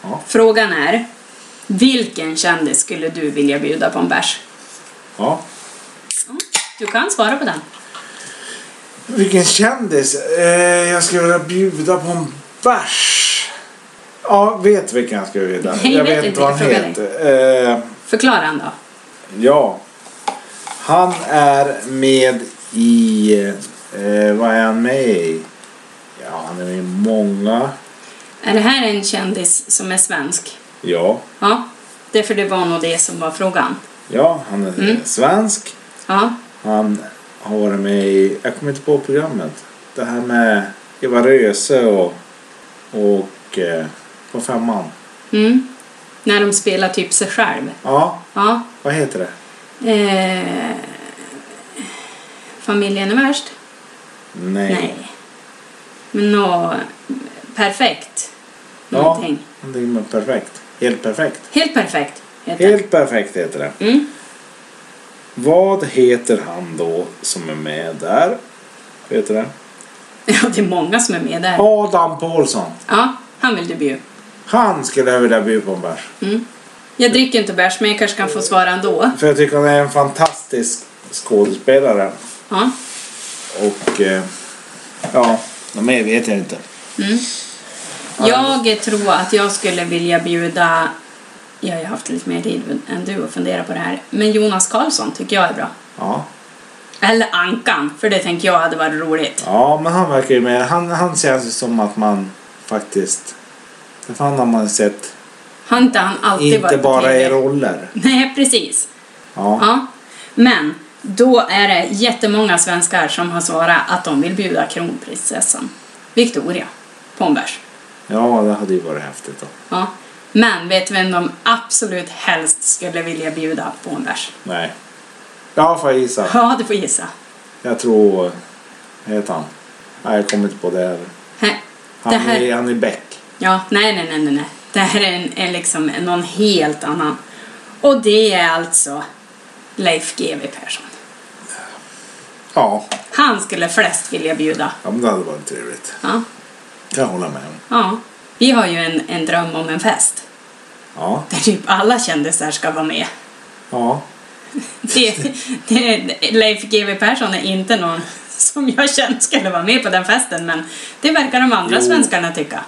B: Ja.
A: Frågan är, vilken kändis skulle du vilja bjuda på en bärs?
B: ja.
A: Du kan svara på den.
B: Vilken kändis! Eh, jag skulle vilja bjuda på en bärs. Ja, vet vilken jag skulle vilja.
A: Nej,
B: jag
A: vet
B: vet
A: inte,
B: inte vad han
A: jag frågar
B: heter. Eh,
A: Förklara den då.
B: ja. Han är med i... Eh, vad är han med i? Ja, han är med i många.
A: Är det här en kändis som är svensk?
B: Ja.
A: Ja, det är för det var nog det som var frågan.
B: Ja, han är
A: Mm.
B: svensk.
A: Ja,
B: Han har varit med i... Jag kommer inte på programmet. Det här med Eva Röse och... Och... Eh, på femman.
A: mm. När de spelar typ sig själv.
B: Ja,
A: Ja.
B: vad heter det?
A: Eh... Familjen är värst?
B: Nej.
A: Men nå... Perfekt.
B: Ja.
A: Någonting.
B: Någonting med perfekt. Helt perfekt.
A: Helt perfekt heter det.
B: Helt perfekt heter det.
A: Mm.
B: Vad heter han då som är med där? Vad heter det?
A: Ja, det är många som är med där.
B: Adam Paulsson.
A: Ja, han vill du bjuda.
B: Han skulle jag vilja bjuda på en bärs.
A: Jag dricker inte bärs, men jag kanske kan få svara ändå.
B: För jag tycker han är en fantastisk skådespelare.
A: Ja.
B: Och eh, ja, något mer vet jag inte.
A: Jag tror att jag skulle vilja bjuda... Jag har ju haft lite mer tid än du att fundera på det här. Men Jonas Karlsson tycker jag är bra.
B: Ja,
A: Eller Ankan, för det tänker jag hade varit roligt.
B: ja men han verkar ju med. Han, han känns ju som att man faktiskt... Det fan har man sett.
A: Har inte han alltid
B: Inte
A: varit på
B: bara
A: TV?
B: i roller.
A: Nej, precis.
B: Ja.
A: Ja. Men då är det jättemånga svenskar som har svarat att de vill bjuda kronprinsessan Victoria på en bärs.
B: ja, det hade ju varit häftigt då.
A: Ja. Men vet du vem de absolut helst skulle vilja bjuda på en bärs?
B: Nej. Ja, får jag gissa?
A: Ja, du får gissa.
B: Jag tror... Vad heter han? Nej, jag kommer inte på det här.
A: Hä?
B: Han,
A: Det här-
B: är, han är Beck.
A: Ja, nej, nej, nej, nej, nej. Det här är, en, är liksom någon helt annan. Och det är alltså Leif GW Persson.
B: Ja.
A: Han skulle flest vilja bjuda.
B: ja, men det hade varit trevligt.
A: Ja,
B: kan jag hålla med om.
A: ja. Vi har ju en, en dröm om en fest
B: Ja.
A: där typ alla kändisar ska vara med.
B: Ja.
A: Det, det, Leif GW Persson är inte någon som jag känt skulle vara med på den festen men det verkar de andra
B: Jo.
A: svenskarna tycka.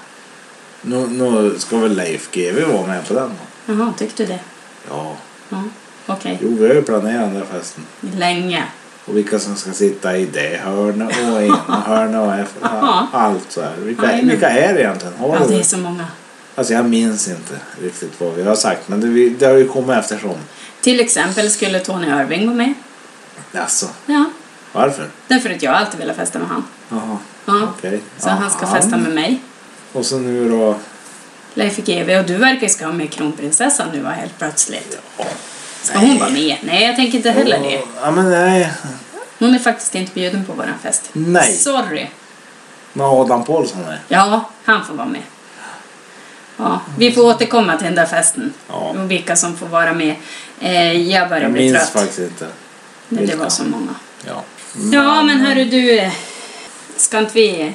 B: Nu, nu ska väl Leif GW vara med på den då?
A: Jaha, tyckte du det?
B: Ja.
A: Ja, okej.
B: Jo, vi har ju planerat den där festen.
A: Länge.
B: Och vilka som ska sitta i det hörnet och ena hörnet och efter.
A: Ja.
B: Allt så här. Vilka,
A: Jajamän.
B: vilka är det egentligen? Har
A: Ja,
B: du
A: det är
B: det?
A: så många.
B: Alltså jag minns inte riktigt vad vi har sagt. Men det, vi- det har ju kommit eftersom.
A: Till exempel skulle Tony Irving vara med.
B: Alltså,
A: Ja,
B: varför?
A: därför att jag alltid ville festa med han.
B: Jaha,
A: Ja.
B: okej.
A: Så han ska
B: Aha.
A: festa med mig,
B: Och så nu då?
A: Leif GW och du verkar ska ha med kronprinsessan nu va, helt plötsligt.
B: Ja.
A: Ska hon vara med? Nej, jag tänker inte heller det.
B: Ja men nej.
A: Hon är faktiskt inte bjuden på våran fest.
B: Nej.
A: Sorry.
B: Men Adam Paulsson är.
A: Ja, han får vara med. Ja, vi får återkomma till den där festen
B: Ja.
A: och vilka som får vara med. Eh, jag börjar
B: Jag
A: bli
B: minns
A: trött.
B: faktiskt inte.
A: Men det
B: vilka.
A: var så många.
B: Ja.
A: Ja, men hörru du, eh, ska inte vi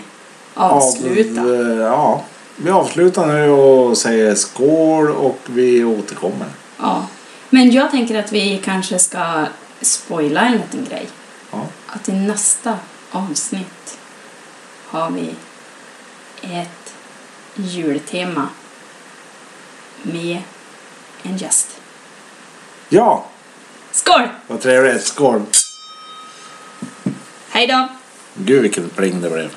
A: avsluta?
B: Av, eh, ja. Vi avslutar nu och säger skål och vi återkommer.
A: Ja. Men jag tänker att vi kanske ska spoila en liten grej.
B: Ja.
A: Att i nästa avsnitt har vi ett jultema med en gäst.
B: ja,
A: Skål!
B: vad trevligt. Skål.
A: Hej då!
B: Gud vilken pling det blev.